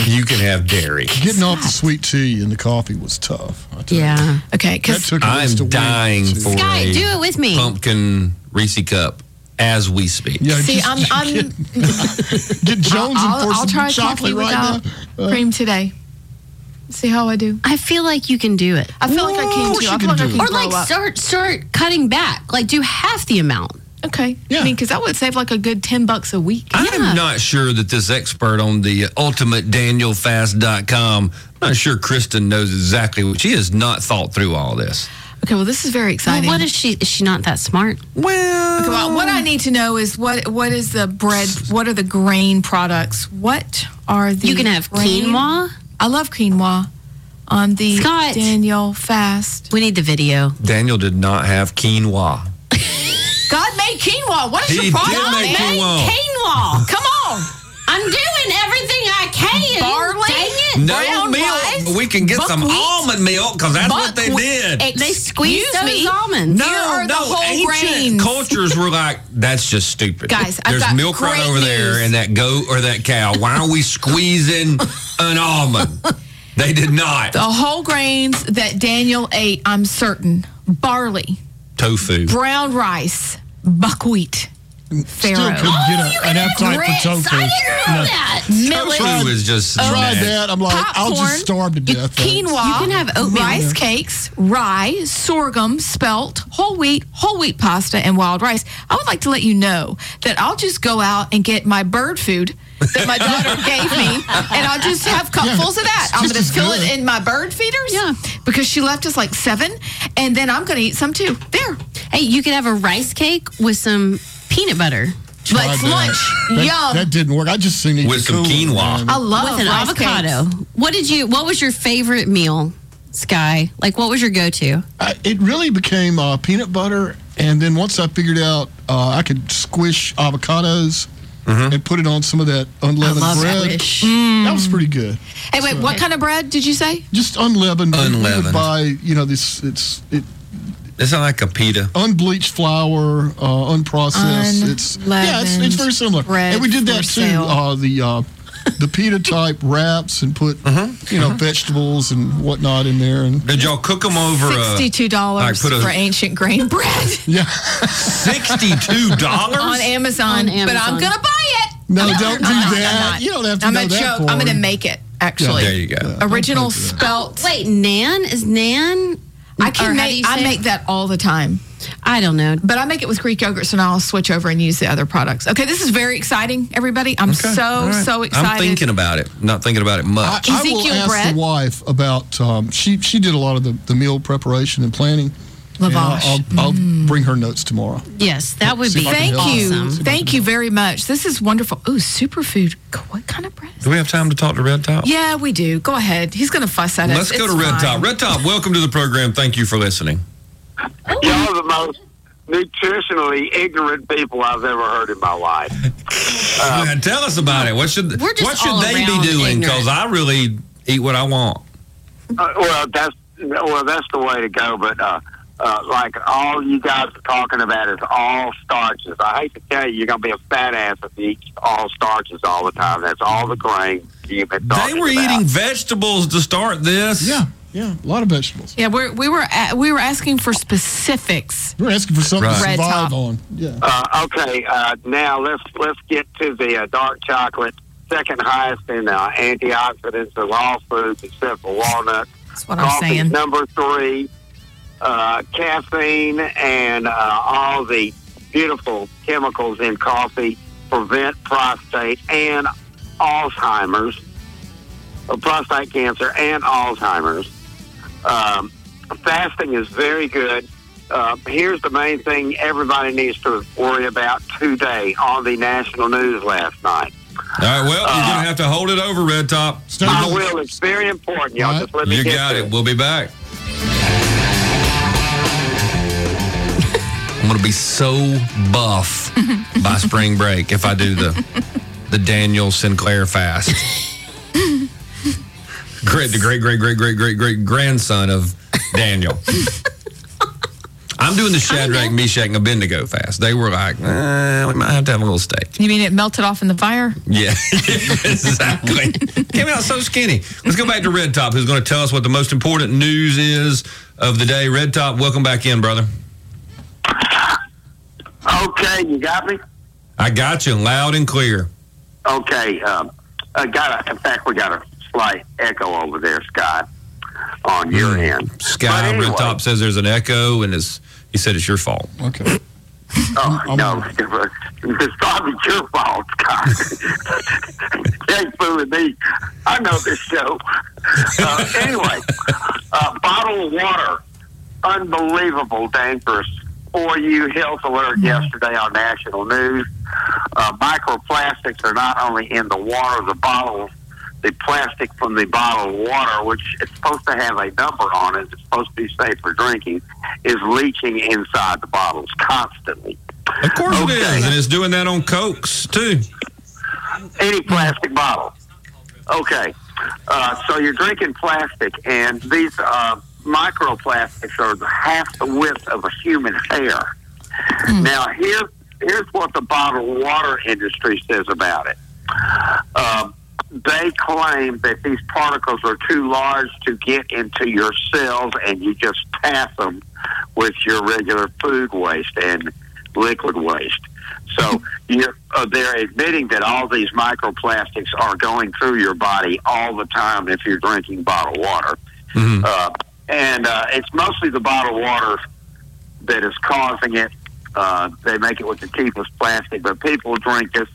Speaker 1: you can have dairy.
Speaker 4: Getting off the sweet tea and the coffee was tough. I tell you.
Speaker 2: Yeah.
Speaker 3: Okay,
Speaker 4: that
Speaker 3: because
Speaker 4: took. at least a
Speaker 1: I'm
Speaker 4: week
Speaker 1: dying
Speaker 4: to-
Speaker 1: for
Speaker 2: Sky,
Speaker 1: a
Speaker 2: do it with me.
Speaker 1: pumpkin Reese cup as we speak.
Speaker 4: Yeah,
Speaker 3: see,
Speaker 4: just-
Speaker 3: I'm, I'm
Speaker 4: get Jones and
Speaker 3: I'll,
Speaker 4: pour
Speaker 3: I'll
Speaker 4: some
Speaker 3: try coffee
Speaker 4: chocolate right
Speaker 3: without
Speaker 4: now.
Speaker 3: cream today. See how I do.
Speaker 2: I feel like you can do it.
Speaker 3: I feel like I
Speaker 4: Of
Speaker 3: can
Speaker 4: course
Speaker 3: too.
Speaker 4: you
Speaker 3: I feel
Speaker 4: can
Speaker 3: like I
Speaker 4: do
Speaker 3: can
Speaker 4: it.
Speaker 2: Or
Speaker 3: grow
Speaker 2: like
Speaker 3: up.
Speaker 2: start start cutting back. Like do half the amount.
Speaker 3: Okay.
Speaker 4: Yeah.
Speaker 3: I mean, because that would save like a good ten bucks a week.
Speaker 2: Yeah.
Speaker 1: I'm not sure that this expert on the ultimate DanielFast.com, I'm not sure Kristen knows exactly what she has not thought through all this.
Speaker 3: Okay. Well, this is very
Speaker 2: Well,
Speaker 3: exciting.
Speaker 2: what is she? Is she not that smart?
Speaker 1: Well,
Speaker 3: Okay, well, what I need to know is what what is the bread? What are the grain products? What are the
Speaker 2: You can have
Speaker 3: grain-
Speaker 2: quinoa.
Speaker 3: I love quinoa on the
Speaker 2: Scott.
Speaker 3: Daniel fast.
Speaker 2: We need the video.
Speaker 1: Daniel did not have quinoa.
Speaker 3: God made quinoa. What is
Speaker 1: He
Speaker 3: your problem,
Speaker 1: did make
Speaker 3: man?
Speaker 1: quinoa.
Speaker 2: Quinoa.
Speaker 3: Come on.
Speaker 2: I'm doing everything I can.
Speaker 3: Barley?
Speaker 2: Dang it.
Speaker 1: No
Speaker 3: Brown
Speaker 1: milk.
Speaker 3: rice,
Speaker 1: we can get some
Speaker 3: buckwheat,
Speaker 1: almond milk because that's what they
Speaker 3: buckwheat,
Speaker 1: did.
Speaker 3: egg-
Speaker 2: They squeezed
Speaker 3: Excuse
Speaker 2: those
Speaker 3: me?
Speaker 2: almonds.
Speaker 1: no,
Speaker 3: are the
Speaker 1: no.
Speaker 3: whole
Speaker 1: ancient
Speaker 3: grains.
Speaker 1: cultures were like, that's just stupid.
Speaker 3: Guys, I've
Speaker 1: there's
Speaker 3: got
Speaker 1: milk right
Speaker 3: great
Speaker 1: over there
Speaker 3: news.
Speaker 1: and that goat or that cow. Why are we squeezing an almond? They did not.
Speaker 3: The whole grains that Daniel ate, I'm certain barley,
Speaker 1: Tofu.
Speaker 3: brown rice, buckwheat,
Speaker 4: Still
Speaker 3: farro,
Speaker 4: couldn't
Speaker 2: Oh,
Speaker 4: get a- an
Speaker 3: Oh,
Speaker 4: appetite for
Speaker 2: Grits.
Speaker 4: tofu.
Speaker 2: I didn't know
Speaker 4: No.
Speaker 2: that.
Speaker 3: millet,
Speaker 1: Tofu is just
Speaker 3: Oh,
Speaker 4: Try
Speaker 1: nasty.
Speaker 4: that. I'm like, I'll
Speaker 3: popcorn,
Speaker 4: just starve to death.
Speaker 3: quinoa.
Speaker 4: thanks.
Speaker 2: You can have oatmeal.
Speaker 3: rice cakes, rye, sorghum, spelt, whole wheat, whole wheat pasta, and wild rice. I would like to let you know that I'll just go out and get my bird food that my daughter gave me, and I'll just have cupfuls of that. I'm going
Speaker 4: just
Speaker 3: to
Speaker 4: as
Speaker 3: fill
Speaker 4: good.
Speaker 3: it in my bird feeders.
Speaker 2: Yeah.
Speaker 3: because she left us like seven, and then I'm going to eat some too. There,
Speaker 2: Hey, you could have a rice cake with some peanut butter.
Speaker 4: Try
Speaker 3: Let's
Speaker 4: that.
Speaker 3: lunch.
Speaker 4: That,
Speaker 3: Yum.
Speaker 4: that didn't work. I just seen it
Speaker 1: With some quinoa.
Speaker 3: I love
Speaker 2: with an
Speaker 3: rice
Speaker 2: avocado.
Speaker 3: cakes.
Speaker 2: What did you? What was your favorite meal, Sky? Like, what was your go-to?
Speaker 4: I, it really became uh, peanut butter, and then once I figured out uh, I could squish avocados
Speaker 1: Mm-hmm.
Speaker 4: and put it on some of that unleavened
Speaker 2: love
Speaker 4: bread,
Speaker 2: squish.
Speaker 4: that was pretty good.
Speaker 3: Hey, wait, what kind of bread did you say?
Speaker 4: Just unleavened. You would
Speaker 1: Unleavened.
Speaker 4: Buy you know this it's it
Speaker 1: It's not like a pita.
Speaker 4: unbleached flour, uh, unprocessed. it's yeah, it's, it's very similar.
Speaker 3: bread
Speaker 4: and we did that
Speaker 3: for
Speaker 4: too.
Speaker 3: sale.
Speaker 4: Uh, the uh, the pita type wraps and put
Speaker 1: Mm-hmm.
Speaker 4: you know vegetables and whatnot in there and
Speaker 1: Did y'all cook them over uh,
Speaker 3: Sixty-two dollars
Speaker 1: like, put a-
Speaker 3: for ancient grain bread
Speaker 4: yeah.
Speaker 1: $62?
Speaker 3: on Amazon,
Speaker 2: On
Speaker 3: but
Speaker 2: Amazon.
Speaker 3: I'm going to buy it.
Speaker 4: No,
Speaker 3: I'm
Speaker 4: don't do
Speaker 3: not- I'm not- I'm
Speaker 4: that.
Speaker 3: not.
Speaker 4: You don't have to
Speaker 3: I'm
Speaker 4: know
Speaker 3: a
Speaker 4: that
Speaker 3: joke. I'm
Speaker 4: part.
Speaker 3: going to make it, actually.
Speaker 1: Oh, There you go.
Speaker 3: Original
Speaker 4: don't do
Speaker 3: spelt.
Speaker 2: Wait, Nan is Nan?
Speaker 3: I
Speaker 2: or how
Speaker 3: can
Speaker 2: do you
Speaker 3: make, I
Speaker 2: say it?
Speaker 3: make that all the time.
Speaker 2: I don't know.
Speaker 3: But I make it with Greek yogurt, so now I'll switch over and use the other products. Okay, this is very exciting, everybody. I'm so,
Speaker 1: All right.
Speaker 3: so excited.
Speaker 1: I'm thinking about it. Not thinking about it
Speaker 4: I,
Speaker 1: much.
Speaker 4: I will
Speaker 3: Ezekiel
Speaker 4: ask
Speaker 3: Brett?
Speaker 4: the wife about. Um, she she did a lot of the, the meal preparation and planning. and
Speaker 3: Lavash. Mm.
Speaker 4: I'll, I'll, I'll bring her notes tomorrow.
Speaker 2: Yes, that would
Speaker 4: See
Speaker 2: be
Speaker 4: if I
Speaker 3: Thank
Speaker 4: can
Speaker 3: you.
Speaker 2: awesome.
Speaker 3: Thank you very much. This is wonderful. Ooh, superfood. Co- What kind of bread? is
Speaker 1: Do we have time to talk to Red Top?
Speaker 3: Yeah, we do. Go ahead. He's going to fuss at us.
Speaker 1: Let's go
Speaker 3: It's
Speaker 1: to Red
Speaker 3: fine.
Speaker 1: Top. Red Top, welcome to the program. Thank you for listening.
Speaker 5: Y'all are the most nutritionally ignorant people I've ever heard in my life. Uh,
Speaker 1: Yeah, tell us about it. What should
Speaker 2: We're just
Speaker 1: what should
Speaker 2: all
Speaker 1: they be
Speaker 2: around
Speaker 1: doing? Because
Speaker 2: ignorant.
Speaker 1: I really eat what I want.
Speaker 5: Uh, well, that's well, that's the way to go. But uh, uh, like all you guys are talking about is all starches. I hate to tell you, you're gonna be a fat ass if you eat all starches all the time. That's all the grain you've been
Speaker 1: They
Speaker 5: talking
Speaker 1: were
Speaker 5: about.
Speaker 1: eating vegetables to start this.
Speaker 4: Yeah, yeah, a lot of vegetables.
Speaker 3: Yeah, we're, we were a we were asking for specifics.
Speaker 4: We're asking for something
Speaker 1: Right.
Speaker 4: to
Speaker 3: Red
Speaker 4: survive
Speaker 3: top.
Speaker 4: on. Yeah.
Speaker 5: Uh, okay, uh, now let's let's get to the uh, dark chocolate, second highest in uh, antioxidants of all foods except for walnuts.
Speaker 3: That's what I'm
Speaker 5: Coffee
Speaker 3: saying.
Speaker 5: number three, uh, caffeine and uh, all the beautiful chemicals in coffee prevent prostate and Alzheimer's, uh, prostate cancer and Alzheimer's. Um, fasting is very good. Uh, here's the main thing everybody needs to worry about today on the national news last night.
Speaker 1: All right. Well, you're
Speaker 5: Uh,
Speaker 1: gonna have to hold it over, Red Top.
Speaker 4: Start
Speaker 5: I
Speaker 4: with-
Speaker 5: will. It's very important. Y'all
Speaker 4: Right.
Speaker 5: just let me
Speaker 1: You
Speaker 5: get
Speaker 1: got
Speaker 5: to
Speaker 1: it. We'll be back. I'm gonna be so buff by spring break if I do the the Daniel Sinclair fast. Great, the great, great, great, great, great, great grandson of Daniel. I'm doing the Shadrach, Meshach, and Abednego fast. They were like, eh, we might have to have a little steak.
Speaker 3: You mean it melted off in the fire?
Speaker 1: Yeah, exactly. Came out so skinny. Let's go back to Red Top, who's going to tell us what the most important news is of the day. Red Top, welcome back in, brother.
Speaker 5: it. Okay, you got me?
Speaker 1: I got you loud and clear.
Speaker 5: Okay, um, I got. A, in fact, we got a slight echo over there, Scott, on your
Speaker 1: Mm,
Speaker 5: end.
Speaker 1: Sky
Speaker 5: Mm-hmm. But anyway,
Speaker 1: Red Top says there's an echo, and it's, he said it's your fault.
Speaker 4: Okay.
Speaker 5: Oh,
Speaker 4: I'm-
Speaker 5: no, it's probably your fault, Scott. Ain't fooling me. I know this show. Uh, anyway, uh, bottled water, unbelievable, dangerous for you. Health alert
Speaker 4: Mm-hmm.
Speaker 5: yesterday on national news. Uh, microplastics are not only in the water, the bottles, the plastic from the bottled water, which it's supposed to have a number on it, it's supposed to be safe for drinking, is leaching inside the bottles constantly.
Speaker 1: Of course it
Speaker 5: Okay.
Speaker 1: is, and it's doing that on Cokes, too.
Speaker 5: any plastic bottle. Okay, uh, so you're drinking plastic, and these uh, microplastics are half the width of a human hair. Now, here, here's what the bottled water industry says about it. Um, they claim that these particles are too large to get into your cells, and you just pass them with your regular food waste and liquid waste. So you're, uh, they're admitting that all these microplastics are going through your body all the time if you're drinking bottled water. Uh, and uh, it's mostly the bottled water that is causing it. Uh, they make it with the cheapest plastic, but people drink this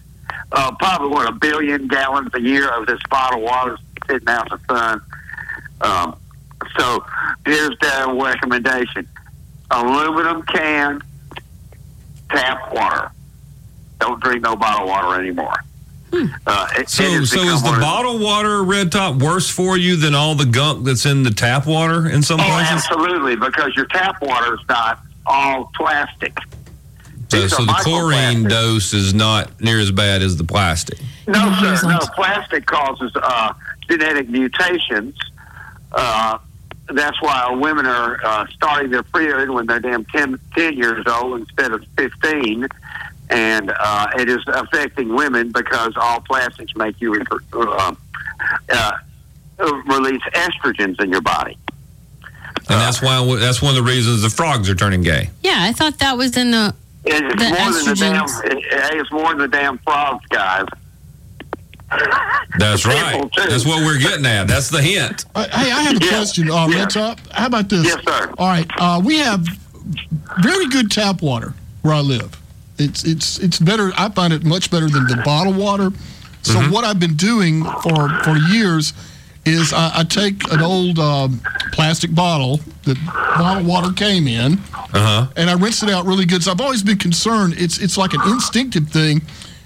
Speaker 5: uh, probably what a billion gallons a year of this bottled water sitting out in the sun. Um, so here's their recommendation: aluminum can tap water. Don't drink no bottled water anymore. Uh,
Speaker 1: Hmm.
Speaker 5: it-
Speaker 1: So,
Speaker 5: it has
Speaker 1: so
Speaker 5: become
Speaker 1: is the
Speaker 5: one of-
Speaker 1: bottled water, Red Top, worse for you than all the gunk that's in the tap water in some
Speaker 5: Oh,
Speaker 1: places?
Speaker 5: absolutely, because your tap water is not all plastic.
Speaker 1: So,
Speaker 5: These
Speaker 1: Uh, so
Speaker 5: are
Speaker 1: the chlorine
Speaker 5: microplastics.
Speaker 1: dose is not near as bad as the plastic.
Speaker 5: No,
Speaker 3: Yeah,
Speaker 5: sir. No,
Speaker 3: reasons.
Speaker 5: plastic causes uh, genetic mutations. Uh, that's why women are uh, starting their period when they're damn 10, 10 years old instead of 15. And uh, it is affecting women because all plastics make you uh, uh, release estrogens in your body.
Speaker 1: And that's why that's one of the reasons the frogs are turning gay.
Speaker 2: Yeah, I thought that was in the.
Speaker 5: It's
Speaker 2: The
Speaker 5: more than the damn.
Speaker 2: estrogens.
Speaker 5: It, it's more than the damn frogs, guys.
Speaker 1: That's right.
Speaker 5: People, too.
Speaker 1: That's what we're getting at. That's the hint.
Speaker 4: Uh, hey, I have a
Speaker 5: Yeah.
Speaker 4: question, uh,
Speaker 5: Yeah.
Speaker 4: Red Top. How about this?
Speaker 5: Yes, sir.
Speaker 4: All right, uh, we have very good tap water where I live. It's it's it's better. I find it much better than the bottled water. So
Speaker 5: Mm-hmm.
Speaker 4: what I've been doing for for years is I, I take an old um, plastic bottle that bottled water came in,
Speaker 5: Uh-huh.
Speaker 4: and I rinse it out really good. So I've always been concerned. It's it's like an instinctive thing.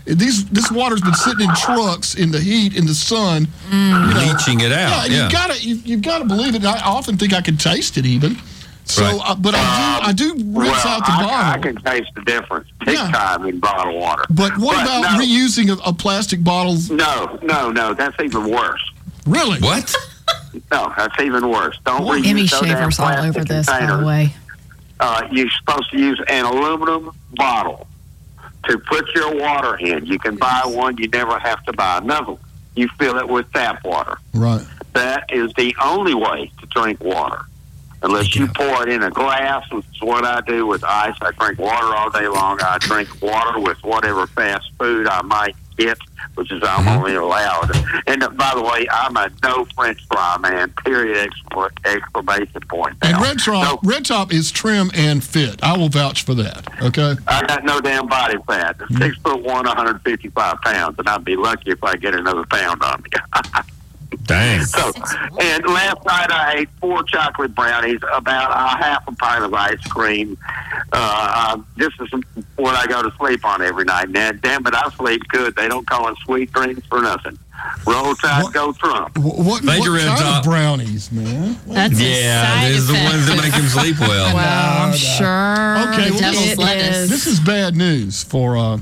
Speaker 4: These this water's been sitting in trucks in the heat in the sun. you know.
Speaker 1: Leaching it out.
Speaker 4: Yeah,
Speaker 1: Yeah.
Speaker 4: you gotta you, you gotta believe it. And I often think I can taste it even. So,
Speaker 1: Right.
Speaker 4: uh, but I do I do rinse
Speaker 5: Um, well,
Speaker 4: out the
Speaker 5: I, I
Speaker 4: bottle.
Speaker 5: can taste the difference big
Speaker 4: Yeah.
Speaker 5: time in bottled water.
Speaker 4: but what about
Speaker 5: no,
Speaker 4: reusing a, a plastic bottle?
Speaker 5: No, no, no. That's even worse.
Speaker 4: Really?
Speaker 1: what?
Speaker 5: No, that's even worse. Don't reuse
Speaker 3: Emmy
Speaker 5: those damn
Speaker 3: Shaver's all
Speaker 5: plastic
Speaker 3: over this, by
Speaker 5: containers.
Speaker 3: the way.
Speaker 5: uh, you're supposed to use an aluminum bottle to put your water in. You can buy one, you never have to buy another one. You fill it with tap water.
Speaker 4: Right.
Speaker 5: That is the only way to drink water. Unless you pour it in a glass, which is what I do with ice. I drink water all day long. I drink water with whatever fast food I might get, which is I'm only allowed. And uh, by the way, I'm a no French fry man. Period. Excla- exclamation point.
Speaker 4: And
Speaker 5: Now,
Speaker 4: Red Top
Speaker 5: no
Speaker 4: Red Top is trim and fit. I will vouch for that. Okay.
Speaker 5: I got no damn body fat. Six foot one, 155 pounds, and I'd be lucky if I get another pound on me.
Speaker 1: Dang.
Speaker 5: So, and last night I ate four chocolate brownies, about a half a pint of ice cream. Uh, uh, this is what I go to sleep on every night. Now, damn it, I sleep good. They don't call it sweet dreams for nothing. Roll Tide,
Speaker 4: What-
Speaker 5: go Trump.
Speaker 4: Wh- What,
Speaker 1: Thank
Speaker 4: what
Speaker 1: you, Red
Speaker 4: kind
Speaker 1: Top.
Speaker 4: of brownies, man?
Speaker 2: That's
Speaker 1: Yeah,
Speaker 2: a side
Speaker 1: these are the
Speaker 2: effect
Speaker 1: ones that
Speaker 2: of-
Speaker 1: make him sleep well.
Speaker 3: Well, I'm sure.
Speaker 4: Okay, well,
Speaker 2: devil's
Speaker 3: it
Speaker 2: lettuce.
Speaker 3: is.
Speaker 4: This is bad news for uh,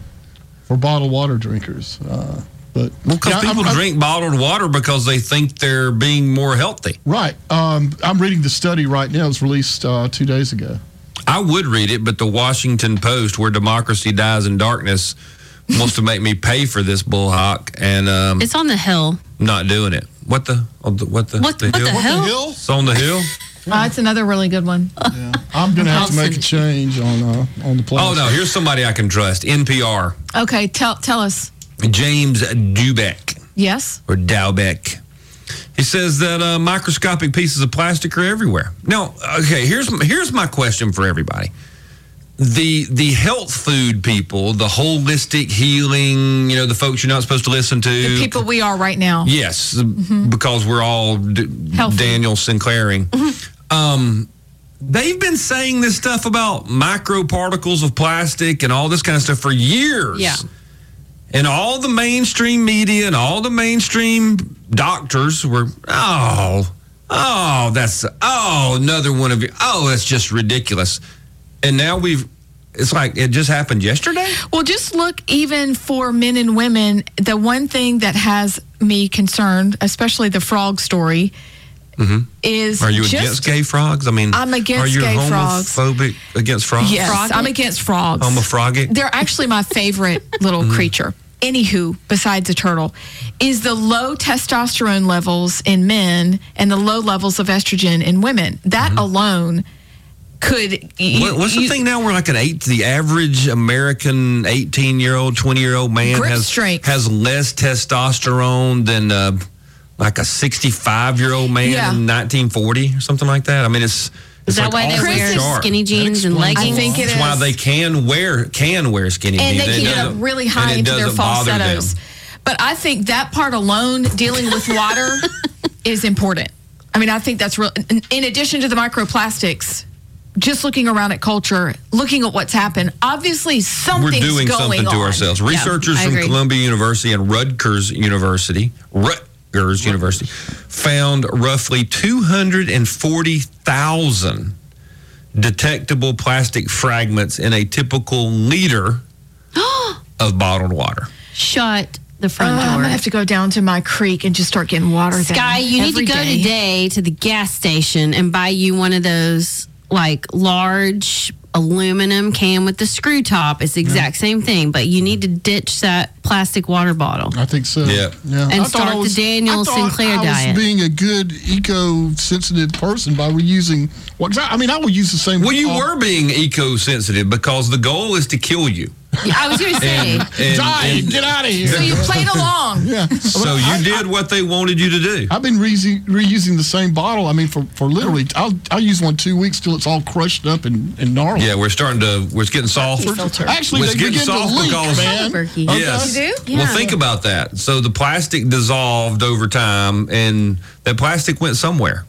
Speaker 4: for bottled water drinkers. Uh, but
Speaker 1: Well, because
Speaker 4: Yeah, I'm-
Speaker 1: people
Speaker 4: I'm-
Speaker 1: drink bottled water because they think they're being more healthy.
Speaker 4: Right. Um, I'm reading the study right now. It was released uh, two days ago.
Speaker 1: I would read it, but the Washington Post, where democracy dies in darkness, wants to make me pay for this bull hawk, and um,
Speaker 2: It's on the hill.
Speaker 1: not doing it. What the? oh, the- What the?
Speaker 2: What- what the
Speaker 1: hill?
Speaker 2: hell?
Speaker 4: The
Speaker 2: Oh.
Speaker 4: hill?
Speaker 1: It's on the hill.
Speaker 3: Oh, it's another really good one.
Speaker 4: I'm gonna have to
Speaker 2: I'll
Speaker 4: make a
Speaker 2: send it.
Speaker 4: change on uh, on the
Speaker 1: Oh
Speaker 4: plastic.
Speaker 1: no, here's somebody I can trust. NPR,
Speaker 3: Okay, tell tell us.
Speaker 1: James Dubeck.
Speaker 3: Yes.
Speaker 1: or Dowbeck. He says that uh, microscopic pieces of plastic are everywhere. Now, okay, here's here's my question for everybody: the the health food people, the holistic healing, you know, the folks you're not supposed to listen to.
Speaker 3: The people we are right now.
Speaker 1: Yes, because we're all D-
Speaker 3: Mm-hmm. Healthy. Mm-hmm.
Speaker 1: Daniel Sinclairing. Um, they've been saying this stuff about microparticles of plastic and all this kind of stuff for years.
Speaker 2: Yeah.
Speaker 1: And all the mainstream media and all the mainstream doctors were, oh, oh, that's, oh, another one of you. Oh, that's just ridiculous. And now we've, it's like it just happened yesterday.
Speaker 3: Well, just look even for men and women. The one thing that has me concerned, especially the frog story, is
Speaker 1: Mm-hmm. Are you
Speaker 3: just,
Speaker 1: against gay frogs? I mean,
Speaker 3: I'm against
Speaker 1: are you
Speaker 3: gay frogs.
Speaker 1: homophobic against frogs?
Speaker 3: Yes, I'm against frogs.
Speaker 1: I'm a froggy.
Speaker 3: They're actually my favorite little
Speaker 1: Mm-hmm.
Speaker 3: creature. Anywho, besides a turtle, is the low testosterone levels in men and the low levels of estrogen in women. That alone could. You,
Speaker 1: Mm-hmm. What, what's the
Speaker 3: you-
Speaker 1: thing now? We're like an eight. The average American eighteen-year-old, twenty-year-old man
Speaker 3: Grip
Speaker 1: has
Speaker 3: strength.
Speaker 1: has less testosterone than uh, like a sixty-five-year-old man
Speaker 3: Yeah.
Speaker 1: in nineteen forty or something like that. I mean, it's. it's
Speaker 2: Is that
Speaker 1: like
Speaker 2: why
Speaker 1: all
Speaker 2: they
Speaker 1: over the
Speaker 2: wear
Speaker 1: chart.
Speaker 2: skinny jeans and
Speaker 4: explains
Speaker 2: leggings?
Speaker 3: I think it
Speaker 1: That's why
Speaker 3: is.
Speaker 1: they can wear can wear skinny
Speaker 3: and
Speaker 1: jeans.
Speaker 3: they
Speaker 1: It
Speaker 3: keep it up
Speaker 1: doesn't-
Speaker 3: really
Speaker 1: and
Speaker 3: high
Speaker 1: it
Speaker 3: into their
Speaker 1: doesn't bother them.
Speaker 3: falsettos. But I think that part alone, dealing with water, is important. I mean, I think that's real. In, in addition to the microplastics, just looking around at culture, looking at what's happened, obviously
Speaker 1: we're
Speaker 3: something's
Speaker 1: doing
Speaker 3: going
Speaker 1: something to
Speaker 3: on.
Speaker 1: ourselves.
Speaker 3: Yeah,
Speaker 1: Researchers
Speaker 2: I
Speaker 1: from
Speaker 2: agree.
Speaker 1: Columbia University and Rutgers University, Rutgers University, found roughly 240,000 detectable plastic fragments in a typical liter of bottled water.
Speaker 2: Shut the
Speaker 3: Oh,
Speaker 2: front
Speaker 3: I'm
Speaker 2: door.
Speaker 3: gonna have to go down to my creek and just start getting water. down
Speaker 2: Sky, you need
Speaker 3: every
Speaker 2: to go
Speaker 3: day.
Speaker 2: today to the gas station and buy you one of those like large aluminum can with the screw top.
Speaker 1: Mm-hmm.
Speaker 2: It's the exact same thing, but you need to ditch that plastic water bottle.
Speaker 4: I think so.
Speaker 1: Yeah.
Speaker 4: Yeah.
Speaker 2: And
Speaker 4: I thought
Speaker 2: start
Speaker 4: I
Speaker 2: the
Speaker 4: was-
Speaker 2: Daniel
Speaker 4: I thought
Speaker 2: Sinclair
Speaker 4: I was
Speaker 2: diet.
Speaker 4: being a good eco-sensitive person by reusing what I mean, I will use the same.
Speaker 1: Well, you
Speaker 4: all-
Speaker 1: were being eco sensitive because the goal is to kill you.
Speaker 2: Yeah, I was going to say.
Speaker 1: And, and-
Speaker 4: Die,
Speaker 1: and
Speaker 4: get out of
Speaker 3: So
Speaker 4: here.
Speaker 3: you played along.
Speaker 4: Yeah.
Speaker 1: so you did what they wanted you to do.
Speaker 4: I've been reusing, reusing the same bottle. I mean, for, for literally, I'll, I'll use one two weeks till it's all crushed up and, and gnarly.
Speaker 1: Yeah, we're starting to. We're getting soft.
Speaker 2: Filter.
Speaker 4: Actually,
Speaker 1: It's
Speaker 4: they
Speaker 1: getting
Speaker 4: begin to
Speaker 1: soft
Speaker 4: leak,
Speaker 1: because-
Speaker 4: man.
Speaker 2: Albuquerque.
Speaker 4: Okay.
Speaker 1: Yes.
Speaker 3: You
Speaker 2: Oh, do?
Speaker 1: Well,
Speaker 2: Yeah.
Speaker 1: think about that. So the plastic dissolved over time, and that plastic went somewhere,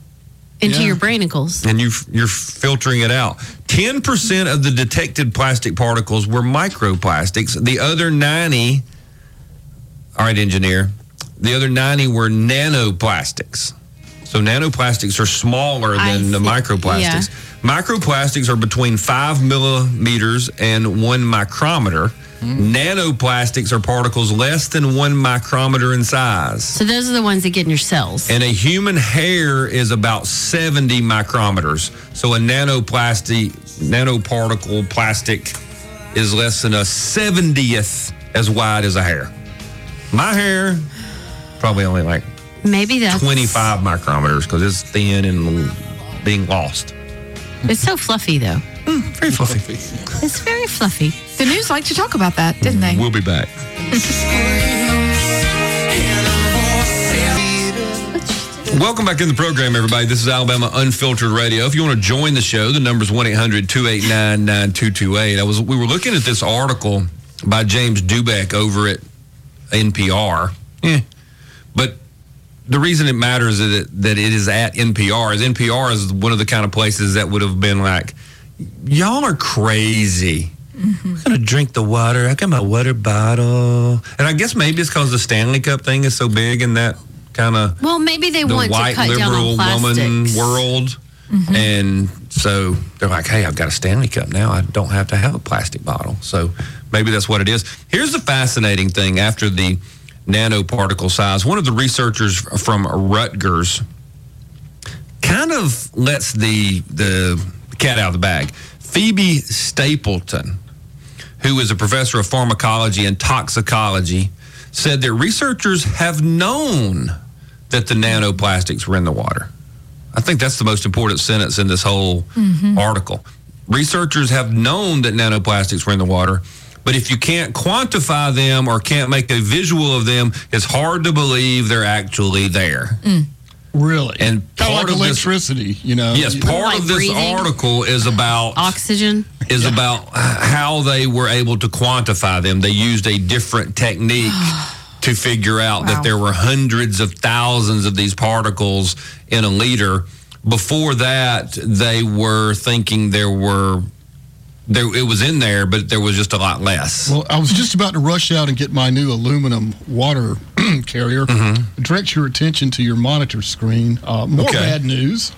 Speaker 2: Into
Speaker 4: Yeah.
Speaker 2: your brainicles.
Speaker 1: and you you're filtering it out. Ten percent of the detected plastic particles were microplastics. The other ninety. All right, engineer. The other ninety were nanoplastics. So nanoplastics are smaller
Speaker 2: I
Speaker 1: than the
Speaker 2: see.
Speaker 1: microplastics. Microplastics are between five millimeters and one micrometer.
Speaker 2: Mm-hmm.
Speaker 1: Nanoplastics are particles less than one micrometer in size.
Speaker 2: So those are the ones that get in your cells.
Speaker 1: And a human hair is about 70 micrometers. So a nanoplasty, nanoparticle plastic is less than a 70th as wide as a hair. My hair, probably only like
Speaker 2: Maybe that's
Speaker 1: 25 micrometers because it's thin and being lost.
Speaker 2: It's so fluffy though.
Speaker 1: Hmm, Very fluffy.
Speaker 2: It's very fluffy.
Speaker 3: The news liked to talk about that, didn't they?
Speaker 1: We'll be back. Welcome back in the program, everybody. This is Alabama Unfiltered Radio. If you want to join the show, the number's 1 800 289 9228. I was We were looking at this article by James Dubeck over at NPR. Eh. But the reason it matters that it, that it is at NPR is NPR is one of the kind of places that would have been like, y'all are crazy. I'm gonna drink the water. I got my water bottle, and I guess maybe it's because the Stanley Cup thing is so big and that kind of
Speaker 2: Well, maybe they
Speaker 1: the
Speaker 2: want to
Speaker 1: white
Speaker 2: cut down
Speaker 1: liberal
Speaker 2: on
Speaker 1: woman
Speaker 2: plastics. Mm-hmm.
Speaker 1: world, and so they're like, "Hey, I've got a Stanley Cup now. I don't have to have a plastic bottle." So maybe that's what it is. Here's the fascinating thing: after the nanoparticle size, one of the researchers from Rutgers kind of lets the the cat out of the bag. Phoebe Stapleton, who is a professor of pharmacology and toxicology, said that researchers have known that the nanoplastics were in the water. I think that's the most important sentence in this whole
Speaker 2: Mm-hmm.
Speaker 1: article. Researchers have known that nanoplastics were in the water, but if you can't quantify them or can't make a visual of them, it's hard to believe they're actually there.
Speaker 2: Mm.
Speaker 4: Really?
Speaker 1: And
Speaker 4: kind of
Speaker 1: part
Speaker 4: like
Speaker 1: of this-
Speaker 4: electricity, you know?
Speaker 1: Yes,
Speaker 4: You-
Speaker 1: part
Speaker 2: Like
Speaker 1: of this
Speaker 2: breathing.
Speaker 1: article is about
Speaker 2: Oxygen.
Speaker 1: is about how they were able to quantify them. They used a different technique to figure out
Speaker 3: Wow.
Speaker 1: that there were hundreds of thousands of these particles in a liter. Before that, they were thinking there were there it was in there, but there was just a lot less.
Speaker 4: Well, I was just about to rush out and get my new aluminum water carrier. Direct your attention to your monitor screen. Uh, more
Speaker 1: Mm-hmm. Okay.
Speaker 4: bad news.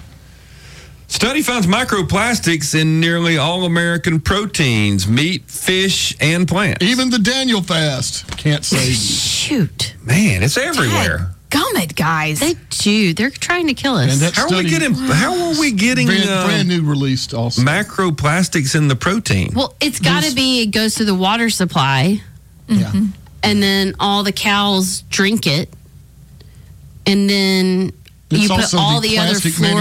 Speaker 1: Study finds microplastics in nearly all American proteins, meat, fish, and plants.
Speaker 4: Even the Daniel fast can't save
Speaker 2: Shoot.
Speaker 1: Man, it's everywhere.
Speaker 3: Gummit, guys.
Speaker 2: They do. They're trying to kill
Speaker 4: you. And
Speaker 2: us.
Speaker 4: that
Speaker 1: How are we
Speaker 4: study-
Speaker 1: getting? How are we getting
Speaker 4: brand,
Speaker 1: uh,
Speaker 4: brand new released also.
Speaker 1: macroplastics in the protein?
Speaker 2: well, it's got to be it goes through the water supply
Speaker 4: yeah.
Speaker 2: Mm-hmm. and then all the cows drink it. And then
Speaker 4: It's
Speaker 2: you put
Speaker 4: also
Speaker 2: all the,
Speaker 4: the,
Speaker 2: other
Speaker 4: plastic
Speaker 2: fluoride and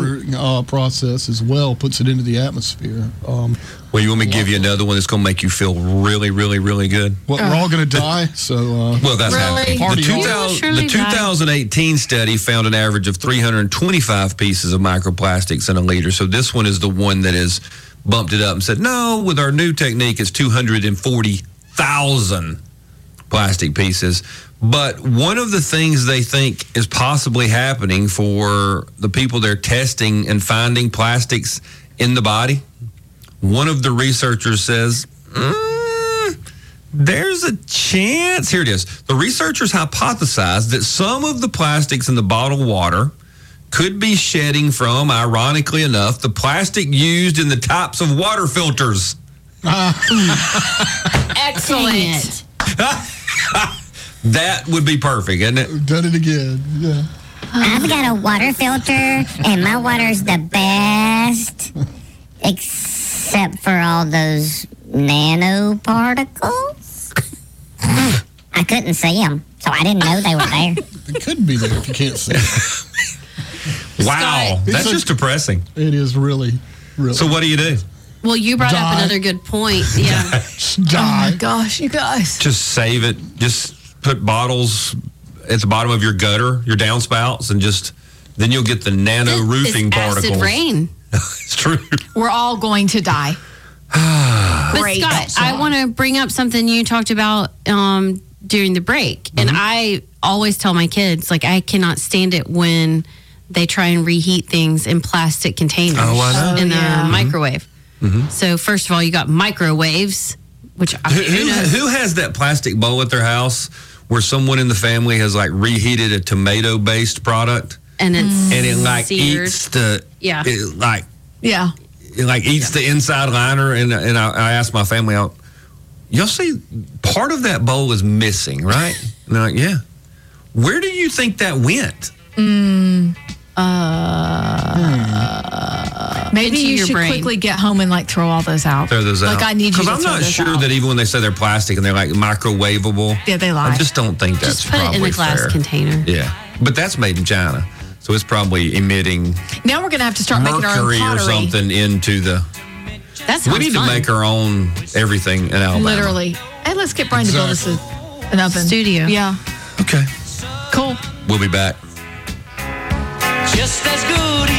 Speaker 4: manufacturing uh, process as well puts it into the atmosphere. Um,
Speaker 1: Well, you want me to give you another one that's going to make you feel really, really, really good?
Speaker 4: what we're all going to die, so uh,
Speaker 1: Well, that's
Speaker 3: Really?
Speaker 1: happening. The,
Speaker 4: Party
Speaker 1: 2000
Speaker 2: on.
Speaker 1: the 2018 study found an average of 325 pieces of microplastics in a liter. So this one is the one that has bumped it up and said, no, with our new technique, it's 240,000 plastic pieces. But one of the things they think is possibly happening for the people they're testing and finding plastics in the body, one of the researchers says, "Mm, there's a chance. Here it is. The researchers hypothesized that some of the plastics in the bottled water could be shedding from, ironically enough, the plastic used in the tops of water filters.
Speaker 2: excellent.
Speaker 1: That would be perfect, isn't it?
Speaker 4: done it again. Yeah.
Speaker 6: I've got a water filter, and my water's the best, except for all those nanoparticles. I couldn't see them, so I didn't know they were there.
Speaker 4: It could be there if you can't see it.
Speaker 1: Wow.
Speaker 4: It's
Speaker 1: That's
Speaker 4: a-
Speaker 1: just depressing.
Speaker 4: It is really, really.
Speaker 1: So, what do you do?
Speaker 2: Well, you brought up
Speaker 4: Die.
Speaker 2: another good point. Yeah.
Speaker 4: Die.
Speaker 3: Oh, gosh, you guys.
Speaker 1: Just save it. Just put bottles at the bottom of your gutter, your downspouts, and just then you'll get the nano
Speaker 2: This
Speaker 1: roofing
Speaker 2: is acid
Speaker 1: particles.
Speaker 2: rain.
Speaker 1: It's true.
Speaker 3: We're all going to die.
Speaker 2: But
Speaker 3: Great
Speaker 2: Scott, I want to bring up something you talked about um, during the break, and
Speaker 1: Mm-hmm.
Speaker 2: I always tell my kids like I cannot stand it when they try and reheat things in plastic containers
Speaker 1: Oh, I know.
Speaker 2: in the
Speaker 3: yeah.
Speaker 2: microwave. So first of all, you got microwaves, which I,
Speaker 1: Who,
Speaker 2: who
Speaker 1: who,
Speaker 2: knows?
Speaker 1: who has that plastic bowl at their house where someone in the family has like reheated a tomato based product
Speaker 2: and it's
Speaker 1: and it like
Speaker 2: seared.
Speaker 1: eats the
Speaker 2: Mm, Yeah.
Speaker 1: it, like
Speaker 3: Yeah.
Speaker 1: it like eats the inside liner and and I, I asked my family out you'll see part of that bowl is missing right and they're like yeah where do you think that went
Speaker 3: Maybe
Speaker 2: Uh, Into
Speaker 3: you
Speaker 2: your
Speaker 3: should
Speaker 2: brain.
Speaker 3: quickly get home and like throw all those out.
Speaker 1: throw those out
Speaker 3: Like I need you to
Speaker 1: because I'm
Speaker 3: throw
Speaker 1: not
Speaker 3: those
Speaker 1: sure
Speaker 3: out.
Speaker 1: that even when they say they're plastic and they're like microwavable
Speaker 3: Yeah, they lie.
Speaker 1: I just don't think that's
Speaker 2: just put it in
Speaker 1: probably
Speaker 2: a glass
Speaker 1: fair.
Speaker 2: container.
Speaker 1: yeah but that's made in China so it's probably emitting
Speaker 3: now we're gonna have to start making our own
Speaker 1: mercury or
Speaker 3: pottery.
Speaker 1: something into the.
Speaker 2: That's
Speaker 1: we need
Speaker 2: fun.
Speaker 1: to make our own everything in Alabama.
Speaker 3: Literally. Hey, let's get Brian to build us a, an oven
Speaker 2: Studio.
Speaker 3: Yeah.
Speaker 1: Okay.
Speaker 3: Cool.
Speaker 1: We'll be back.
Speaker 7: Just as good